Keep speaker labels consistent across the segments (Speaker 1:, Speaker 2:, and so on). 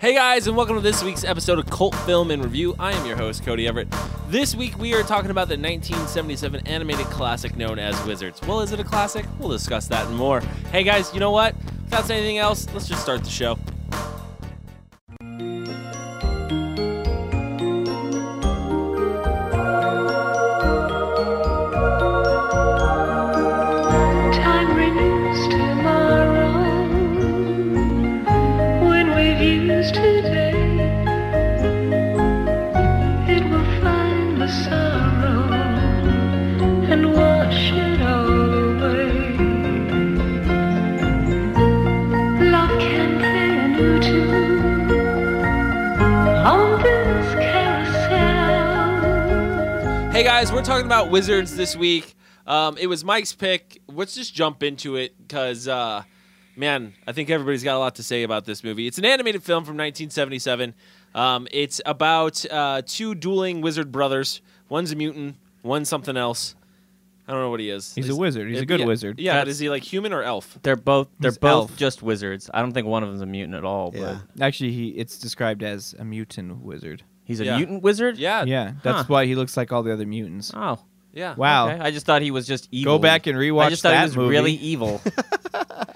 Speaker 1: Hey guys, and welcome to this week's episode of Cult Film and Review. I am your host, Cody Everett. This week we are talking about the 1977 animated classic known as Wizards. Well, is it a classic? We'll discuss that and more. Hey guys, you know what? Without saying anything else, let's just start the show.
Speaker 2: Time renews tomorrow when we've used today. It will find the sorrow and wash it all away. Love can play a new tune on this carousel.
Speaker 1: Hey guys, we're talking about Wizards this week. Um, it was Mike's pick. Let's just jump into it because, uh, man, I think everybody's got a lot to say about this movie. It's an animated film from 1977. Um, it's about uh, two dueling wizard brothers. One's a mutant, one's something else. I don't know what he is.
Speaker 3: He's a wizard. He's a good
Speaker 1: yeah,
Speaker 3: wizard.
Speaker 1: Yeah, but is he like human or elf?
Speaker 4: They're both they're
Speaker 3: He's
Speaker 4: both
Speaker 3: elf.
Speaker 4: just wizards. I don't think one of them's a mutant at all,
Speaker 5: Yeah.
Speaker 4: but
Speaker 3: Actually, he it's described as a mutant wizard.
Speaker 4: he's a
Speaker 1: Yeah.
Speaker 4: mutant wizard?
Speaker 1: Yeah,
Speaker 3: Yeah, that's
Speaker 4: Huh.
Speaker 3: why he looks like all the other mutants.
Speaker 4: Oh.
Speaker 1: yeah.
Speaker 3: Wow.
Speaker 4: okay. I just thought he was just evil.
Speaker 3: Go back and rewatch
Speaker 4: I just thought
Speaker 3: that
Speaker 4: he was
Speaker 3: movie.
Speaker 4: really evil.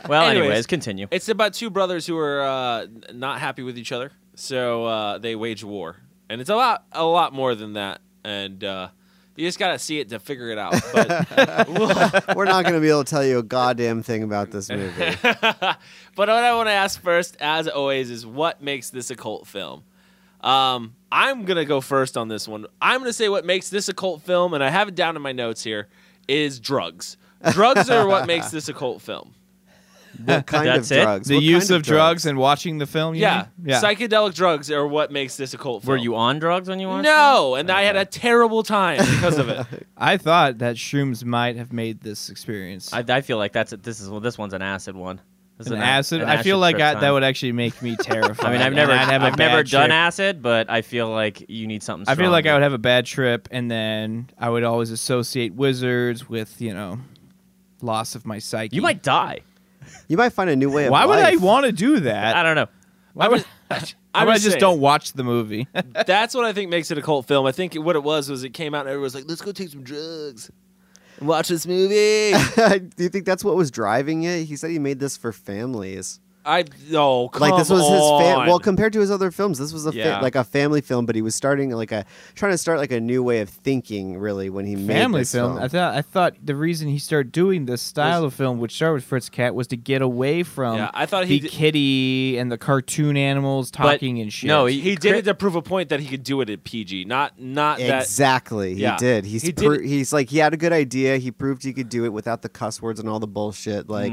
Speaker 4: well, anyways,
Speaker 1: Anyways.
Speaker 4: continue.
Speaker 1: It's about two brothers who are uh, n- not happy with each other, so uh, they wage war, and it's a lot, a lot more than that. And uh, you just gotta see it to figure it out. But,
Speaker 6: We're not going to be able to tell you a goddamn thing about this movie.
Speaker 1: but what I want to ask first, as always, is what makes this a cult film? Um, I'm gonna go first on this one. I'm gonna say what makes this a cult film, and I have it down in my notes here, is drugs. Drugs are what makes this a cult film.
Speaker 6: What kind
Speaker 4: That's
Speaker 6: of
Speaker 4: it?
Speaker 6: drugs?
Speaker 3: The
Speaker 6: What
Speaker 3: use
Speaker 6: kind
Speaker 3: of drugs and watching the film. you
Speaker 1: Yeah.
Speaker 3: mean? yeah.
Speaker 1: Psychedelic drugs are what makes this a cult film.
Speaker 4: Were you on drugs when you watched?
Speaker 1: No, and I had a terrible time because of it.
Speaker 3: I thought that shrooms might have made this experience.
Speaker 4: it? I, I feel like that's a, this is well, this one's an acid one. This is
Speaker 3: an
Speaker 4: a-
Speaker 3: acid.
Speaker 4: an
Speaker 3: I feel like
Speaker 4: trip
Speaker 3: I, that
Speaker 4: time.
Speaker 3: would actually make me terrified.
Speaker 4: I mean, I've
Speaker 3: and
Speaker 4: never,
Speaker 3: I'd have a
Speaker 4: I've never
Speaker 3: bad
Speaker 4: done
Speaker 3: trip.
Speaker 4: acid, but I feel like you need something.
Speaker 3: I
Speaker 4: Stronger.
Speaker 3: feel like I would have a bad trip, and then I would always associate wizards with you know loss of my psyche.
Speaker 4: You might die.
Speaker 6: You might find a new way of
Speaker 3: Why would I
Speaker 6: life.
Speaker 3: want to do
Speaker 4: I
Speaker 3: that?
Speaker 4: don't know.
Speaker 3: Why would?
Speaker 1: I
Speaker 3: I,
Speaker 1: was
Speaker 3: just
Speaker 1: saying,
Speaker 3: don't watch the movie.
Speaker 1: That's what I think makes it a cult film. I think what it was was it came out and everyone was like, "Let's go take some drugs, and watch this movie."
Speaker 6: Do you think that's what was driving it? He said he made this for families.
Speaker 1: I oh, come
Speaker 6: like this was
Speaker 1: on.
Speaker 6: his fam- well compared to his other films this was a fa-
Speaker 1: Yeah.
Speaker 6: like a family film but he was starting like a trying to start like a new way of thinking really when he made
Speaker 3: Family
Speaker 6: this
Speaker 3: film. I thought. I thought the reason he started doing this style of film, which started with Fritz Cat, was to get away from
Speaker 1: Yeah, I thought
Speaker 3: the
Speaker 1: he did-
Speaker 3: kitty and the cartoon animals
Speaker 4: But-
Speaker 3: talking and shit.
Speaker 4: no,
Speaker 1: he did it to prove a point that he could do it at PG, not not that.
Speaker 6: exactly
Speaker 1: Yeah.
Speaker 6: he did he's
Speaker 1: He did
Speaker 6: pro-
Speaker 1: it-
Speaker 6: he's like he had a good idea he proved he could do it without the cuss words and all the bullshit like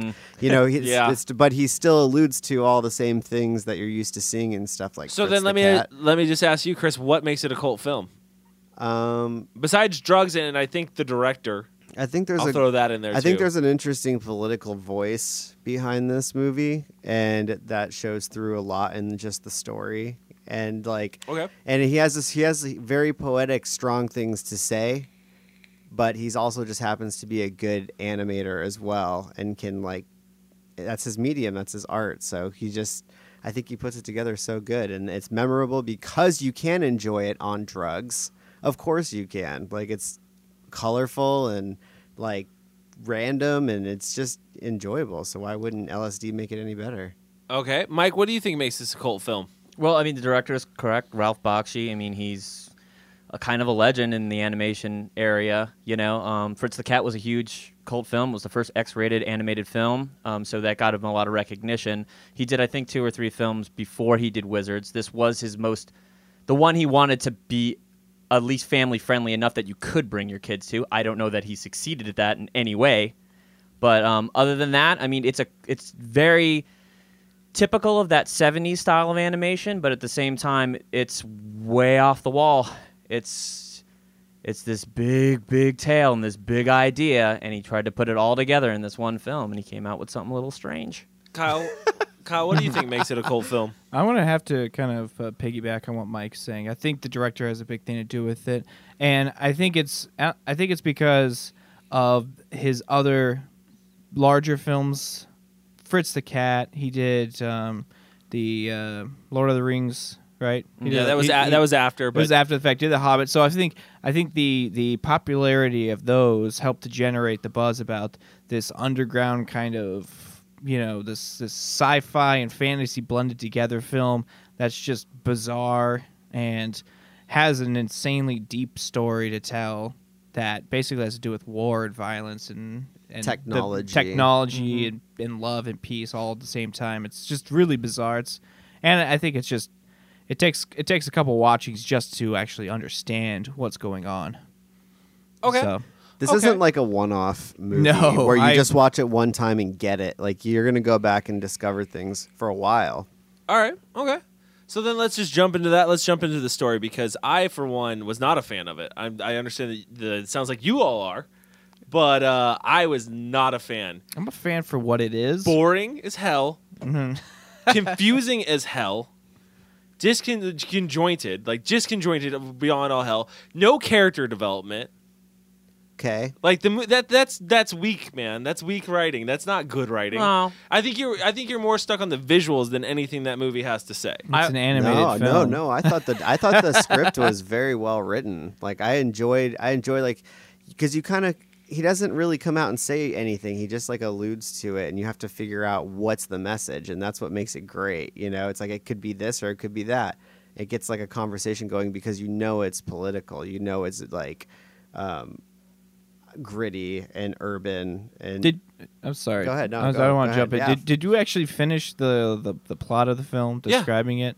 Speaker 6: you know he's,
Speaker 1: Mm. Yeah.
Speaker 6: it's, but he still alludes to all the same things that you're used to seeing and stuff like
Speaker 1: So
Speaker 6: Fritz
Speaker 1: then let
Speaker 6: the
Speaker 1: me
Speaker 6: Cat.
Speaker 1: let me just ask you, Chris, what makes it a cult film
Speaker 6: um
Speaker 1: besides drugs and I think the director.
Speaker 6: I think there's
Speaker 1: I'll
Speaker 6: a
Speaker 1: throw that in there.
Speaker 6: I think
Speaker 1: too.
Speaker 6: there's an interesting political voice behind this movie, and that shows through a lot in just the story. And like,
Speaker 1: Okay.
Speaker 6: and he has this, he has very poetic, strong things to say, but he's also just happens to be a good animator as well, and can like, that's his medium, that's his art. So he just, I think he puts it together so good, and it's memorable because you can enjoy it on drugs. Of course you can. Like it's colorful and like random and it's just enjoyable. So why wouldn't LSD make it any better?
Speaker 1: okay, Mike. What do you think makes this a cult film?
Speaker 4: Well, I mean, the director is correct, Ralph Bakshi. I mean, he's a kind of a legend in the animation area. You know, um, Fritz the Cat was a huge cult film. It was the first X-rated animated film, um, so that got him a lot of recognition. He did, I think, two or three films before he did Wizards. This was his most, the one he wanted to be at least family friendly enough that you could bring your kids to. I don't know that he succeeded at that in any way, but um, other than that, I mean, it's a it's very typical of that 70s style of animation, but at the same time, it's way off the wall. It's it's this big, big tale and this big idea, and he tried to put it all together in this one film, and he came out with something a little strange.
Speaker 1: Kyle, Kyle, what do you think makes it a cult film?
Speaker 3: I'm gonna have to kind of uh, piggyback on what Mike's saying. I think the director has a big thing to do with it, and I think it's uh, I think it's because of his other larger films. Fritz the Cat. He did um, the uh, Lord of the Rings, right? He
Speaker 1: Yeah,
Speaker 3: did-
Speaker 1: that was
Speaker 3: he-
Speaker 1: a,
Speaker 3: he-
Speaker 1: that was after,
Speaker 3: it was
Speaker 1: but
Speaker 3: after the fact. Did the Hobbit? So I think I think the the popularity of those helped to generate the buzz about this underground kind of you know this this sci-fi and fantasy blended together film that's just bizarre and has an insanely deep story to tell that basically has to do with war and violence and, and the
Speaker 6: Technology.
Speaker 3: technology and, and love and peace all at the same time. It's just really bizarre. It's and I think it's just it takes it takes a couple watchings just to actually understand what's going on.
Speaker 1: okay.
Speaker 3: So,
Speaker 6: This
Speaker 1: Okay.
Speaker 6: isn't like a one-off movie
Speaker 3: No,
Speaker 6: where you
Speaker 3: I-
Speaker 6: just watch it one time and get it. Like you're gonna go back and discover things for a while.
Speaker 1: All right. Okay. So then let's just jump into that. Let's jump into the story because I, for one, was not a fan of it. I, I understand that the, it sounds like you all are, but uh, I was not a fan.
Speaker 3: I'm a fan for what it is.
Speaker 1: Boring as hell, confusing as hell, disconjointed, like disconjointed beyond all hell. No character development.
Speaker 6: Okay.
Speaker 1: Like the mo- that that's that's weak, man. That's weak writing. That's not good writing.
Speaker 4: No.
Speaker 1: I think you're I think you're more stuck on the visuals than anything that movie has to say.
Speaker 3: It's an animated
Speaker 6: no,
Speaker 3: film.
Speaker 6: no, no. I thought the I thought the script was very well written. Like I enjoyed, I enjoy like because you kind of he doesn't really come out and say anything. He just like alludes to it, and you have to figure out what's the message, and that's what makes it great. You know, it's like it could be this or it could be that. It gets like a conversation going because you know it's political. You know it's like um, gritty and urban and
Speaker 3: Did I'm sorry.
Speaker 6: Go ahead, no,
Speaker 3: I, was-
Speaker 6: go-
Speaker 3: I don't want
Speaker 6: go
Speaker 3: to jump in.
Speaker 6: ahead, yeah.
Speaker 3: Did, did you actually finish the, the the plot of the film,
Speaker 1: Yeah.
Speaker 3: describing it?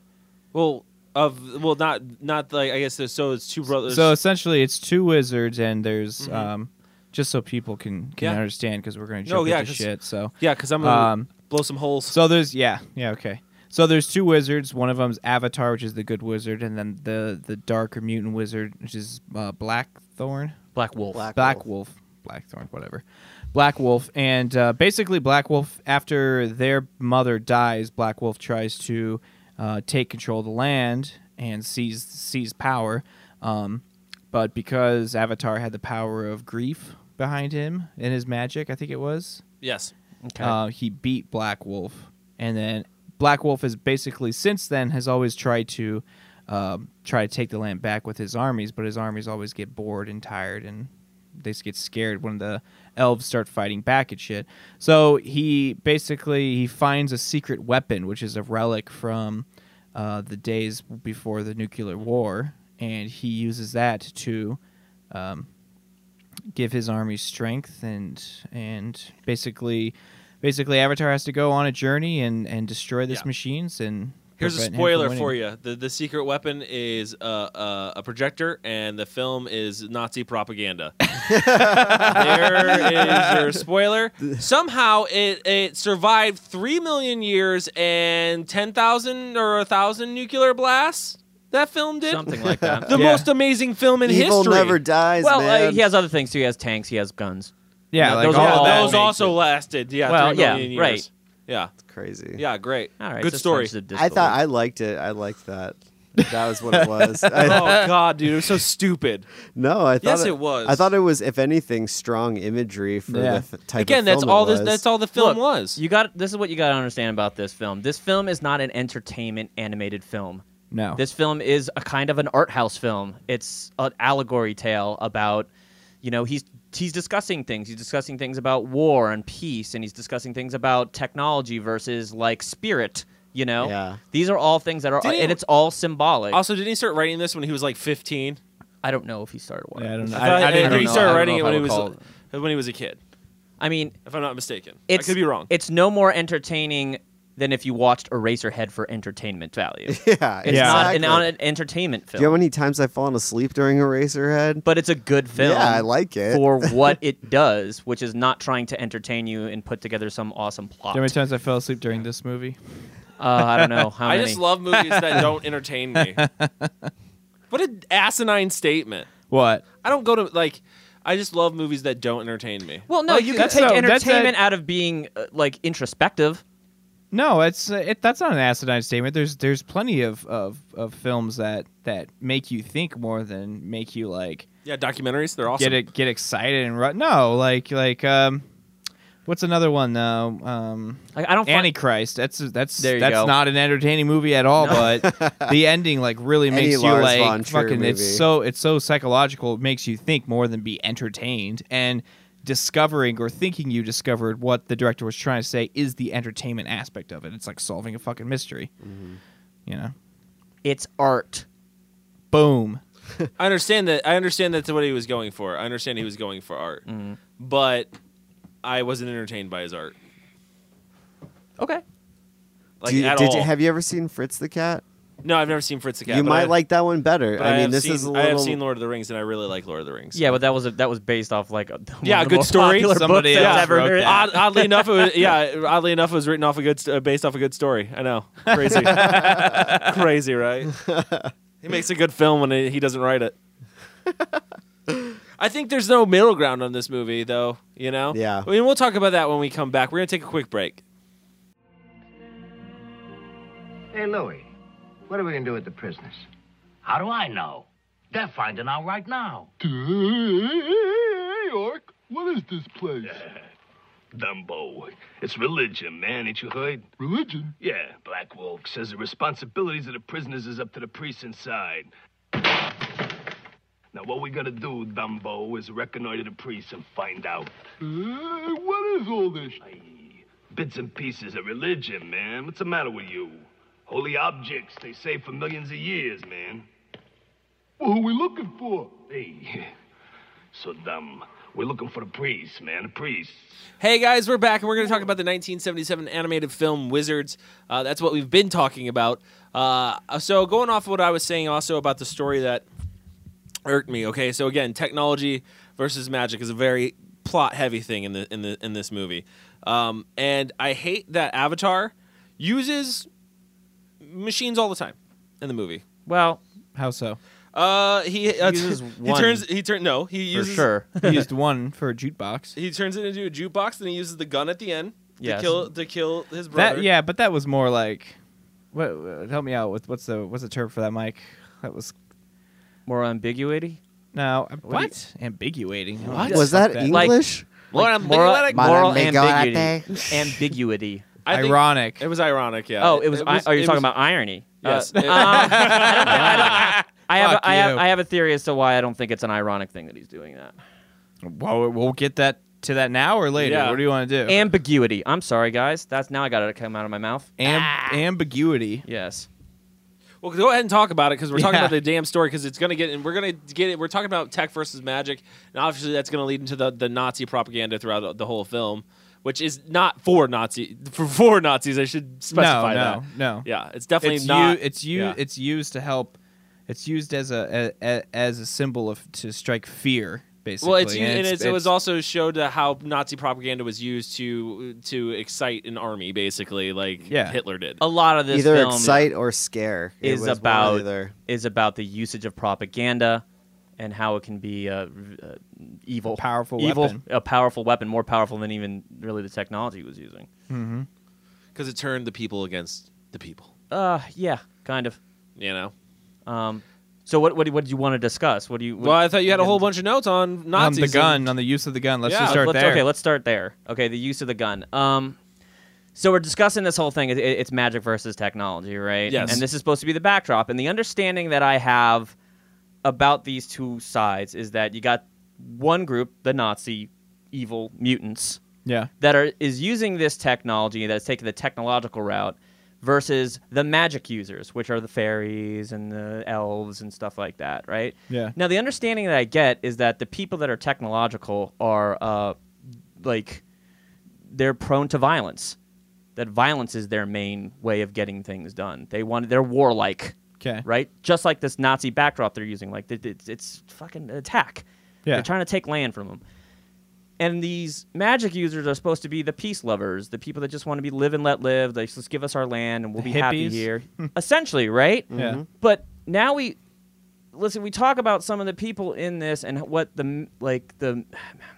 Speaker 1: Well, of well, not not like I guess so- so. It's two brothers.
Speaker 3: So essentially, it's two wizards, and there's um, just so people can can
Speaker 1: Mm-hmm. Yeah.
Speaker 3: understand because we're going to
Speaker 1: No,
Speaker 3: jump
Speaker 1: yeah,
Speaker 3: into
Speaker 1: 'cause-
Speaker 3: shit. So
Speaker 1: yeah, because I'm gonna
Speaker 3: um,
Speaker 1: blow some holes.
Speaker 3: So there's yeah, yeah, okay. So there's two wizards. One of them's Avatar, which is the good wizard, and then the the darker mutant wizard, which is uh, Blackthorn.
Speaker 4: Black Wolf.
Speaker 6: Black
Speaker 3: Black Wolf. Blackthorn, whatever. Black Wolf. And uh, basically, Black Wolf, after their mother dies, Black Wolf tries to uh, take control of the land and seize, seize power. Um, but because Avatar had the power of grief behind him in his magic, I think it was,
Speaker 1: yes.
Speaker 4: Okay.
Speaker 3: uh, he beat Black Wolf, and then Black Wolf has basically since then has always tried to um, try to take the land back with his armies, but his armies always get bored and tired, and they just get scared when the elves start fighting back and shit. So he basically he finds a secret weapon, which is a relic from uh, the days before the nuclear war, and he uses that to give his army strength and and basically basically Avatar has to go on a journey and and destroy these
Speaker 1: Yeah.
Speaker 3: machines and
Speaker 1: Here's a
Speaker 3: prevent him from
Speaker 1: spoiler
Speaker 3: winning.
Speaker 1: for you. The the secret weapon is uh, uh, a projector, and the film is Nazi propaganda. there is your spoiler. Somehow it it survived three million years and ten thousand or thousand nuclear blasts. That film did
Speaker 4: Something like that.
Speaker 1: The
Speaker 3: Yeah.
Speaker 1: most amazing film in
Speaker 6: evil
Speaker 1: history.
Speaker 6: never dies.
Speaker 4: well,
Speaker 6: man.
Speaker 4: uh, he has other things too. He has tanks. He has guns.
Speaker 3: Yeah,
Speaker 4: Yeah,
Speaker 3: like
Speaker 1: those
Speaker 3: all
Speaker 1: yeah,
Speaker 3: that
Speaker 1: those
Speaker 3: makes
Speaker 1: also
Speaker 3: it-
Speaker 1: lasted. Yeah,
Speaker 4: Well,
Speaker 1: three
Speaker 4: yeah,
Speaker 1: million years.
Speaker 4: right.
Speaker 1: Yeah,
Speaker 6: crazy.
Speaker 1: yeah, great.
Speaker 4: All right.
Speaker 1: good
Speaker 4: so
Speaker 1: story.
Speaker 4: it's just
Speaker 6: I thought
Speaker 4: disbelief.
Speaker 6: I liked it. I liked that. That was what it was. I-
Speaker 1: oh God, dude, it was so stupid.
Speaker 6: No, I thought
Speaker 1: Yes, it was.
Speaker 6: I thought it was, if anything, strong imagery for
Speaker 3: Yeah.
Speaker 6: the f- type.
Speaker 1: Again,
Speaker 6: of
Speaker 1: that's
Speaker 6: film it
Speaker 1: all this.
Speaker 6: was.
Speaker 1: That's all the film
Speaker 4: Look,
Speaker 1: was.
Speaker 4: You got this is what you got to understand about this film. This film is not an entertainment animated film.
Speaker 6: Oh.
Speaker 3: No.
Speaker 4: This film is a kind of an art house film. It's an allegory tale about, you know, he's he's discussing things. He's discussing things about war and peace, and he's discussing things about technology versus like spirit. You know,
Speaker 6: Yeah.
Speaker 4: these are all things that are,
Speaker 1: Didn't-
Speaker 4: and it's all symbolic.
Speaker 1: Also, didn't he start writing this when he was like 15?
Speaker 4: I don't know if he started one.
Speaker 3: Yeah, I don't know.
Speaker 1: I,
Speaker 3: I,
Speaker 1: thought-
Speaker 3: I,
Speaker 1: I
Speaker 3: didn't
Speaker 1: think he
Speaker 3: know.
Speaker 1: started
Speaker 4: I don't
Speaker 1: writing it
Speaker 4: know if
Speaker 1: when
Speaker 4: I
Speaker 1: he
Speaker 4: would
Speaker 1: was
Speaker 4: call
Speaker 1: when he was a kid.
Speaker 4: I mean,
Speaker 1: If I'm not mistaken,
Speaker 4: it's
Speaker 1: I could be wrong.
Speaker 4: It's no more entertaining than if you watched Eraserhead for entertainment value. It's
Speaker 6: Yeah, exactly.
Speaker 4: not an, not an entertainment
Speaker 6: Do
Speaker 4: film,
Speaker 6: you know how many times I've fallen asleep during Eraserhead?
Speaker 4: but it's a good film.
Speaker 6: Yeah, I like it.
Speaker 4: for what it does, which is not trying to entertain you and put together some awesome
Speaker 3: Do
Speaker 4: plot.
Speaker 3: you know how many times I fell asleep during this movie?
Speaker 4: Uh, I don't know how
Speaker 1: I
Speaker 4: many.
Speaker 1: just love movies that don't entertain me. What an asinine statement!
Speaker 3: What?
Speaker 1: I don't go to like. I just love movies that don't entertain me.
Speaker 4: Well, no,
Speaker 3: Like,
Speaker 4: you can
Speaker 3: that's
Speaker 4: take
Speaker 3: a- that's a-
Speaker 4: entertainment out of being uh, like introspective.
Speaker 3: No, it's uh, it, that's not an asinine statement. There's there's plenty of, of, of films that, that make you think more than make you like
Speaker 1: Yeah, documentaries they're awesome.
Speaker 3: get it get excited and run. No, like like um, what's another one though? Um,
Speaker 4: Like I don't. Find,
Speaker 3: Antichrist. That's that's
Speaker 4: There you
Speaker 3: that's
Speaker 4: go.
Speaker 3: not an entertaining movie at all. But the ending like really
Speaker 6: Any
Speaker 3: makes you
Speaker 6: Lars
Speaker 3: like
Speaker 6: von Trier
Speaker 3: fucking.
Speaker 6: movie.
Speaker 3: It's so it's so psychological. It makes you think more than be entertained and discovering or thinking you discovered what the director was trying to say is the entertainment aspect of it. It's like solving a fucking mystery.
Speaker 6: Mm-hmm.
Speaker 3: You know,
Speaker 4: it's art.
Speaker 3: boom.
Speaker 1: I understand that. I understand that's what he was going for. I understand he was going for art, but I wasn't entertained by his art.
Speaker 4: Okay.
Speaker 1: Like
Speaker 6: Do you,
Speaker 1: at
Speaker 6: did
Speaker 1: all.
Speaker 6: you have you ever seen Fritz the Cat?
Speaker 1: no, I've never seen Fritz the Cat.
Speaker 6: you
Speaker 1: but
Speaker 6: might
Speaker 1: I-
Speaker 6: like that one better.
Speaker 1: But
Speaker 6: I mean,
Speaker 1: have
Speaker 6: this
Speaker 1: seen,
Speaker 6: is a
Speaker 1: I
Speaker 6: little.
Speaker 1: have seen Lord of the Rings, and I really like Lord of the Rings.
Speaker 4: Yeah, but that was a, that was based off like a,
Speaker 1: Yeah,
Speaker 4: one of the
Speaker 1: good
Speaker 4: most
Speaker 1: story.
Speaker 4: Popular
Speaker 3: Somebody
Speaker 4: books
Speaker 3: else
Speaker 4: I've ever
Speaker 3: wrote
Speaker 4: heard.
Speaker 3: that.
Speaker 1: Odd, oddly enough, it was, yeah. Oddly enough, it was written off a good, st- uh, based off a good story. I know, crazy, crazy, right? He makes a good film when he he doesn't write it. I think there's no middle ground on this movie, though. You know.
Speaker 6: Yeah.
Speaker 1: I mean, we'll talk about that when we come back. We're gonna take a quick break.
Speaker 7: Hey, Louie, what are we gonna do with the prisoners?
Speaker 8: How do I know? They're finding out right now.
Speaker 9: York, what is this place?
Speaker 8: Dumbo, it's religion, man, ain't you heard?
Speaker 9: Religion?
Speaker 8: Yeah, Black Wolf says the responsibilities of the prisoners is up to the priests inside. Now, what we gonna do, Dumbo, is reconnoiter the priests and find out.
Speaker 9: Uh, what is all this?
Speaker 8: Bits and pieces of religion, man. What's the matter with you? Holy objects, they say for millions of years, man.
Speaker 9: Who are we looking for?
Speaker 8: Hey, so dumb. We're looking for the priests, man, the priests.
Speaker 1: Hey guys, we're back, and we're going to talk about the 1977 animated film Wizards. Uh, that's what we've been talking about. Uh, so, going off what I was saying also about the story that irked me. Okay, so again, technology versus magic is a very plot heavy thing in the in the in this movie, um, and I hate that Avatar uses machines all the time in the movie.
Speaker 4: Well,
Speaker 3: How so?
Speaker 1: Uh, he uh,
Speaker 4: uses
Speaker 1: he
Speaker 4: one.
Speaker 1: turns he turn no he
Speaker 4: for
Speaker 1: uses
Speaker 4: sure.
Speaker 3: I used one for a jukebox.
Speaker 1: he turns it into a jukebox and he uses the gun at the end
Speaker 4: Yes.
Speaker 1: to kill to kill his brother.
Speaker 3: That yeah, but that was more like. What, what- help me out with what's the what's the term for that, Mike? That was
Speaker 4: More ambiguity.
Speaker 3: No. I-
Speaker 4: What?
Speaker 3: What? Ambiguating.
Speaker 4: What?
Speaker 3: What?
Speaker 6: was that
Speaker 4: Like-
Speaker 6: English?
Speaker 1: More
Speaker 4: moral,
Speaker 1: ambiguity.
Speaker 4: moral
Speaker 6: Madame Miguel
Speaker 4: ambiguity. ambiguity.
Speaker 1: I think
Speaker 3: Ironic.
Speaker 1: It was ironic, yeah.
Speaker 4: Oh, it was. I- oh, you're
Speaker 1: it
Speaker 4: talking
Speaker 1: was-
Speaker 4: about irony. Uh,
Speaker 1: Yes.
Speaker 4: um, I, don't, I, don't- I have.
Speaker 3: Fuck
Speaker 4: A, I have.
Speaker 3: you.
Speaker 4: I have a theory as to why I don't think it's an ironic thing that he's doing that.
Speaker 3: well, we'll get that to that now or later.
Speaker 1: Yeah.
Speaker 3: What do you want to do?
Speaker 4: Ambiguity. I'm sorry, guys. That's now I got it to come out of my mouth. Ah.
Speaker 3: Am- ambiguity.
Speaker 4: Yes.
Speaker 1: Well, go ahead and talk about it because we're talking
Speaker 3: Yeah.
Speaker 1: about the damn story because it's going to get and we're going to get it. We're talking about tech versus magic, and obviously that's going to lead into the, the Nazi propaganda throughout the, the whole film, which is not for Nazi for, for Nazis. I should specify
Speaker 3: no,
Speaker 1: that.
Speaker 3: no.
Speaker 1: Yeah, it's definitely
Speaker 3: It's
Speaker 1: not.
Speaker 3: you. It's you.
Speaker 1: yeah.
Speaker 3: It's used to help. It's used as a, a, a as a symbol of to strike fear, basically.
Speaker 1: well, it's,
Speaker 3: And
Speaker 1: you and it's, it was
Speaker 3: it's-
Speaker 1: also showed that how Nazi propaganda was used to to excite an army, basically, like
Speaker 3: Yeah.
Speaker 1: Hitler did.
Speaker 4: A lot of this
Speaker 6: Either
Speaker 4: film
Speaker 6: excite or scare It
Speaker 4: is
Speaker 6: was one or
Speaker 4: about
Speaker 6: the other.
Speaker 4: is about the usage of propaganda and how it can be a, uh evil,
Speaker 3: Powerful
Speaker 4: evil,
Speaker 3: weapon.
Speaker 4: a powerful weapon, more powerful than even really the technology he was using.
Speaker 1: because it turned the people against the people.
Speaker 4: Uh, yeah, kind of.
Speaker 1: You know.
Speaker 4: Um, so what what, do- what do you want to discuss? What do you? What,
Speaker 1: Well, I thought you had a whole bunch of notes on
Speaker 3: on
Speaker 1: Nazis.
Speaker 3: the gun,
Speaker 1: and-
Speaker 3: on the use of the gun. Let's
Speaker 1: Yeah,
Speaker 3: just start
Speaker 4: let's,
Speaker 3: there.
Speaker 4: Okay, let's start there. Okay, the use of the gun. Um, so we're discussing this whole thing. It, it- it's magic versus technology, right?
Speaker 1: Yes.
Speaker 4: And this is supposed to be the backdrop. And the understanding that I have about these two sides is that you got one group, the Nazi evil mutants,
Speaker 3: yeah.
Speaker 4: that are is using this technology that's taking the technological route versus the magic users which are the fairies and the elves and stuff like that right
Speaker 3: Yeah.
Speaker 4: now the understanding that i get is that the people that are technological are uh, like they're prone to violence that violence is their main way of getting things done they want they're warlike
Speaker 3: Okay.
Speaker 4: right just like this nazi backdrop they're using like it- it's, it's fucking attack
Speaker 3: Yeah.
Speaker 4: they're trying to take land from them and these magic users are supposed to be the peace lovers, the people that just want to be live and let live. They just give us our land and we'll
Speaker 3: The Hmm.
Speaker 4: be happy
Speaker 3: hippies?
Speaker 4: Mm-hmm. here. Essentially, right?
Speaker 3: Yeah.
Speaker 4: But now we listen, we talk about some of the people in this and what the like the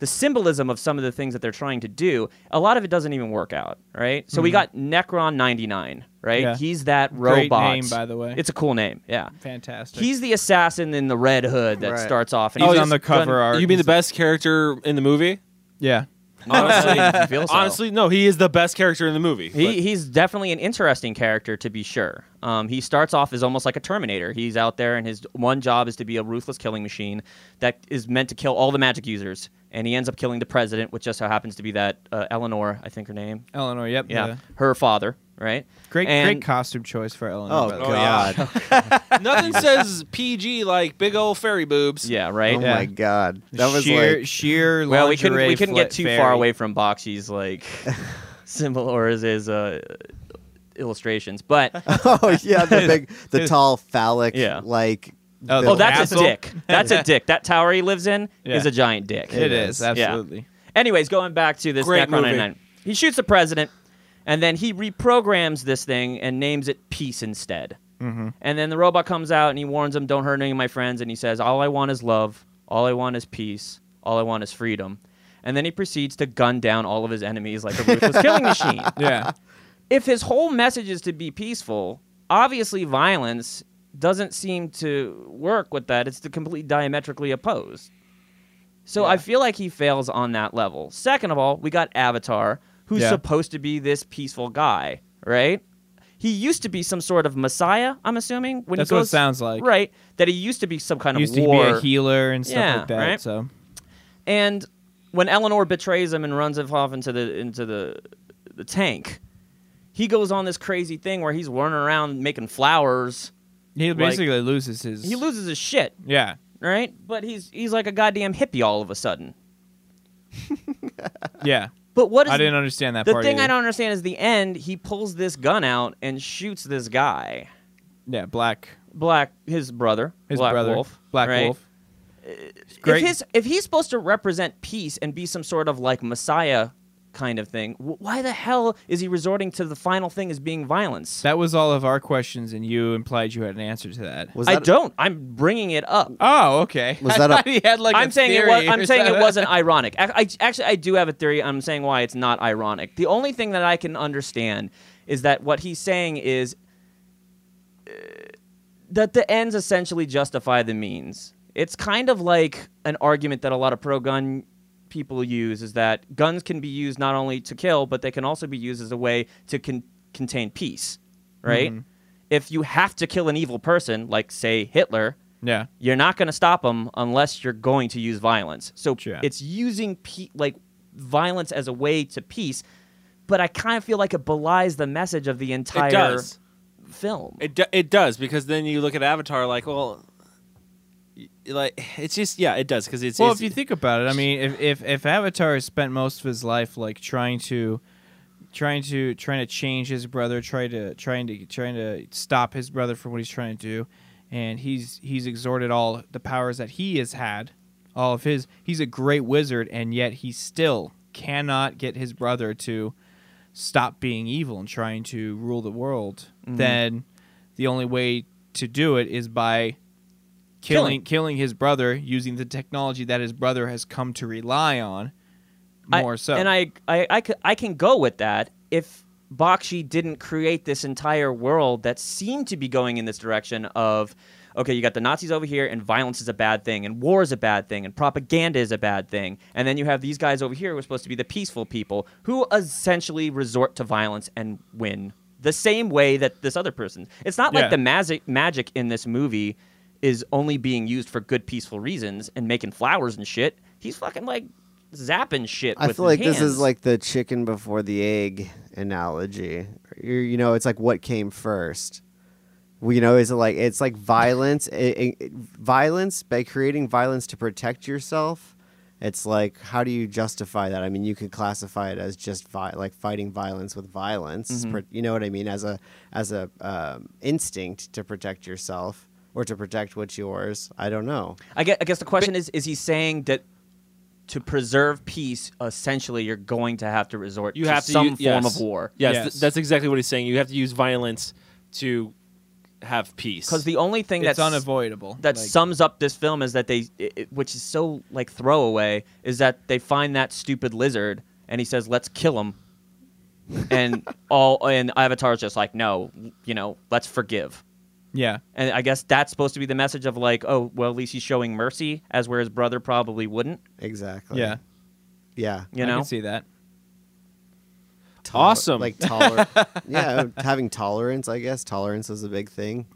Speaker 4: the symbolism of some of the things that they're trying to do. A lot of it doesn't even work out, right? So we
Speaker 3: Mhm.
Speaker 4: got Necron 99, right?
Speaker 3: Yeah.
Speaker 4: He's that
Speaker 3: Great
Speaker 4: robot.
Speaker 3: name, by the way.
Speaker 4: It's a cool name. Yeah.
Speaker 3: Fantastic.
Speaker 4: He's the assassin in the red hood that
Speaker 3: Right.
Speaker 4: starts off and
Speaker 3: He's
Speaker 4: he's
Speaker 3: on the cover art.
Speaker 1: You mean the best character in the movie?
Speaker 3: Yeah.
Speaker 4: I
Speaker 1: Honestly,
Speaker 4: feel so.
Speaker 1: honestly, no. He is the best character in the movie.
Speaker 4: He, he's definitely an interesting character to be sure. Um, he starts off as almost like a Terminator. He's out there, and his one job is to be a ruthless killing machine that is meant to kill all the magic users. And he ends up killing the president, which just so happens to be that uh, Eleanor, I think her name.
Speaker 3: Eleanor, yep,
Speaker 4: Yeah.
Speaker 3: the-
Speaker 4: Her father, right?
Speaker 3: Great,
Speaker 4: And-
Speaker 3: great costume choice for Eleanor.
Speaker 4: Oh,
Speaker 3: by the way.
Speaker 4: God.
Speaker 1: But nothing says PG like big old fairy boobs.
Speaker 4: Yeah, right.
Speaker 6: Oh my god, that was
Speaker 3: sheer,
Speaker 6: like
Speaker 3: sheer.
Speaker 4: Well, we couldn't we
Speaker 3: lingerie
Speaker 4: couldn't get
Speaker 3: flit
Speaker 4: too
Speaker 3: fairy.
Speaker 4: far away from Boxy's like symbol or his, his uh, illustrations, but
Speaker 6: oh yeah, the big, the tall phallic,
Speaker 4: Yeah.
Speaker 6: like
Speaker 3: Oh,
Speaker 6: the-
Speaker 4: Oh, that's
Speaker 3: castle?
Speaker 4: a dick. That's a dick. That tower he lives in is
Speaker 3: Yeah.
Speaker 4: a giant dick.
Speaker 3: It is
Speaker 4: Yeah.
Speaker 3: absolutely.
Speaker 4: Anyways, going back to this
Speaker 1: Great
Speaker 4: Necron
Speaker 1: movie.
Speaker 4: 99. He shoots the president, and then he reprograms this thing and names it Peace instead.
Speaker 3: Mhm.
Speaker 4: And then the robot comes out and he warns him, "Don't hurt any of my friends." And he says, "All I want is love. All I want is peace. All I want is freedom." And then he proceeds to gun down all of his enemies like a ruthless killing machine
Speaker 3: Yeah.
Speaker 4: if his whole message is to be peaceful, obviously violence doesn't seem to work with that. It's the completely diametrically opposed. So I feel like he fails on that level. Second of all, we got Avatar, who's
Speaker 3: Yeah.
Speaker 4: supposed to be this peaceful guy, right? He used to be some sort of messiah, I'm assuming. When
Speaker 3: That's
Speaker 4: he
Speaker 3: what it
Speaker 4: goes,
Speaker 3: sounds like.
Speaker 4: Right. That he used to be some kind
Speaker 3: Used
Speaker 4: of
Speaker 3: to
Speaker 4: war.
Speaker 3: be a healer and stuff
Speaker 4: Yeah,
Speaker 3: like that.
Speaker 4: right?
Speaker 3: So
Speaker 4: And when Eleanor betrays him and runs off into the into the the tank, he goes on this crazy thing where he's running around making flowers.
Speaker 3: he
Speaker 4: Like-
Speaker 3: basically loses his.
Speaker 4: He loses his shit,
Speaker 3: yeah.
Speaker 4: right? But he's he's like a goddamn hippie all of a sudden.
Speaker 3: Yeah.
Speaker 4: But what is
Speaker 3: I didn't understand that
Speaker 4: the
Speaker 3: part.
Speaker 4: thing I
Speaker 3: either.
Speaker 4: don't understand is the end. He pulls this gun out and shoots this guy,
Speaker 3: Yeah, black.
Speaker 4: Black, his brother,
Speaker 3: His
Speaker 4: Black
Speaker 3: brother.
Speaker 4: Wolf,
Speaker 3: Black
Speaker 4: right? Uh,
Speaker 3: Wolf. Great.
Speaker 4: If his if he's supposed to represent peace and be some sort of like messiah kind of thing, wh- why the hell is he resorting to the final thing as being violence?
Speaker 3: That was all of our questions, and you implied you had an answer to that.
Speaker 6: was
Speaker 4: I
Speaker 6: that
Speaker 4: don't. I'm bringing it up.
Speaker 3: Oh, okay.
Speaker 6: Was
Speaker 3: I
Speaker 6: that a-
Speaker 3: thought he had like
Speaker 4: I'm
Speaker 3: a
Speaker 4: saying it was.
Speaker 3: theory
Speaker 4: I'm
Speaker 3: or
Speaker 4: saying it
Speaker 3: something.
Speaker 4: wasn't ironic. Ac- I, actually, I do have a theory. I'm saying why it's not ironic. The only thing that I can understand is that what he's saying is uh, that the ends essentially justify the means. It's kind of like an argument that a lot of pro-gun people use is that guns can be used not only to kill, but they can also be used as a way to con- contain peace, right? If you have to kill an evil person, like say Hitler,
Speaker 3: Yeah.
Speaker 4: you're not going to stop them unless you're going to use violence. So
Speaker 3: Sure.
Speaker 4: it's using pe- like violence as a way to peace, but I kind of feel like it belies the message of the entire
Speaker 1: does.
Speaker 4: film.
Speaker 1: It do- it does because then you look at Avatar like well, y- like it's just yeah it does because it's
Speaker 3: Well,
Speaker 1: it's-
Speaker 3: if you think about it, I mean, if, if if Avatar has spent most of his life like trying to, trying to trying to change his brother, try to trying to trying to stop his brother from what he's trying to do, and he's he's exhorted all the powers that he has had, all of his. He's a great wizard, and yet he still cannot get his brother to stop being evil and trying to rule the world.
Speaker 4: Mm-hmm.
Speaker 3: Then the only way to do it is by
Speaker 4: Killing.
Speaker 3: killing killing his brother using the technology that his brother has come to rely on
Speaker 4: I-
Speaker 3: more so.
Speaker 4: and I, I, I, c- I can go with that if Bakshi didn't create this entire world that seemed to be going in this direction of, okay, you got the Nazis over here, and violence is a bad thing, and war is a bad thing, and propaganda is a bad thing, and then you have these guys over here who are supposed to be the peaceful people who essentially resort to violence and win the same way that this other person. It's not
Speaker 3: Yeah.
Speaker 4: like the magic magic in this movie is only being used for good peaceful reasons and making flowers and shit. He's fucking like zapping shit.
Speaker 6: I
Speaker 4: with
Speaker 6: feel
Speaker 4: his
Speaker 6: like this is
Speaker 4: hands.
Speaker 6: like the chicken before the egg analogy. You're, you know, it's like what came first. We- You know, is it like it's like violence? i i violence by creating violence to protect yourself. It's like how do you justify that? I mean, you could classify it as just vi- like fighting violence with violence.
Speaker 4: Mm-hmm.
Speaker 6: pro- you know what I mean? As a as a um, instinct to protect yourself or to protect what's yours. I don't know.
Speaker 4: I guess, I guess the question is: Is he saying that to preserve peace, essentially, you're going to have to resort
Speaker 1: you
Speaker 4: to
Speaker 1: have to
Speaker 4: some
Speaker 1: u-
Speaker 4: form
Speaker 1: yes.
Speaker 4: of war?
Speaker 1: Yes,
Speaker 3: Yes.
Speaker 1: th- that's exactly what he's saying. You have to use violence to have peace
Speaker 4: Because the only thing
Speaker 3: It's
Speaker 4: that's
Speaker 3: unavoidable.
Speaker 4: that
Speaker 3: Like-
Speaker 4: sums up this film is that they, it, it- which is so like throwaway, is that they find that stupid lizard and he says, "Let's kill him," and all and Avatar's just like, "No, you know, let's forgive."
Speaker 3: Yeah.
Speaker 4: And I guess that's supposed to be the message of like, oh, well, at least he's showing mercy, as where his brother probably wouldn't.
Speaker 6: Exactly.
Speaker 3: Yeah.
Speaker 6: Yeah.
Speaker 4: You know?
Speaker 3: I can see that.
Speaker 6: Toler-
Speaker 1: Awesome.
Speaker 6: Like toler. yeah, having tolerance. I guess tolerance is a big thing.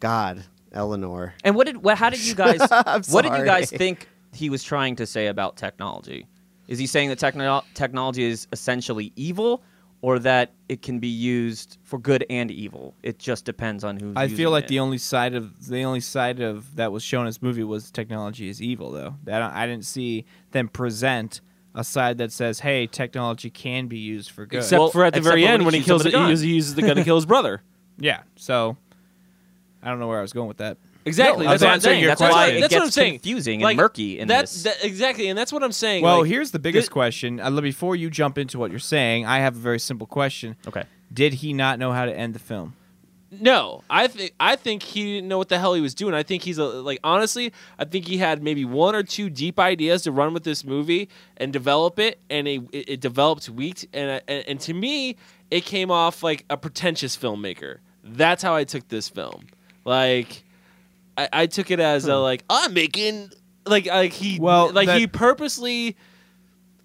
Speaker 6: God, Eleanor.
Speaker 4: And what did what? How did you guys?
Speaker 6: I'm
Speaker 4: what did you guys
Speaker 6: sorry.
Speaker 4: think he was trying to say about technology? Is he saying that techno- technology is essentially evil, or that it can be used for good and evil? It just depends on who's.
Speaker 3: I feel
Speaker 4: using
Speaker 3: like
Speaker 4: it.
Speaker 3: the only side of the only side of that was shown in this movie was technology is evil though. That I didn't see them present a side that says, "Hey, technology can be used for good."
Speaker 1: except
Speaker 4: Well,
Speaker 1: for at the
Speaker 4: except
Speaker 1: very
Speaker 4: for when
Speaker 1: end
Speaker 4: he
Speaker 1: when he
Speaker 4: shoots
Speaker 1: kills
Speaker 4: him
Speaker 1: it,
Speaker 4: with a
Speaker 1: he
Speaker 4: gun.
Speaker 1: uses- he uses the gun to kill his brother.
Speaker 3: yeah. So I don't know where I was going with that.
Speaker 1: Exactly.
Speaker 4: No,
Speaker 1: that's
Speaker 4: that's
Speaker 1: what
Speaker 4: what
Speaker 1: I'm saying.
Speaker 4: I'm
Speaker 1: That's,
Speaker 4: saying.
Speaker 1: what,
Speaker 4: That's why it
Speaker 1: that's what
Speaker 4: gets
Speaker 1: I'm saying.
Speaker 4: confusing and murky in
Speaker 1: that-
Speaker 4: this.
Speaker 1: that- exactly, and that's what I'm saying.
Speaker 3: Well,
Speaker 1: like,
Speaker 3: here's the biggest question. Uh, let- before you jump into what you're saying, I have a very simple question.
Speaker 4: Okay.
Speaker 3: Did he not know how to end the film?
Speaker 1: No, I think I think he didn't know what the hell he was doing. I think he's a like honestly, I think he had maybe one or two deep ideas to run with this movie and develop it, and it, it it developed weak. And, I- and and to me, it came off like a pretentious filmmaker. That's how I took this film. Like, I, I took it as a like I'm making like like he
Speaker 3: Hmm. Well,
Speaker 1: like
Speaker 3: that-
Speaker 1: he purposely.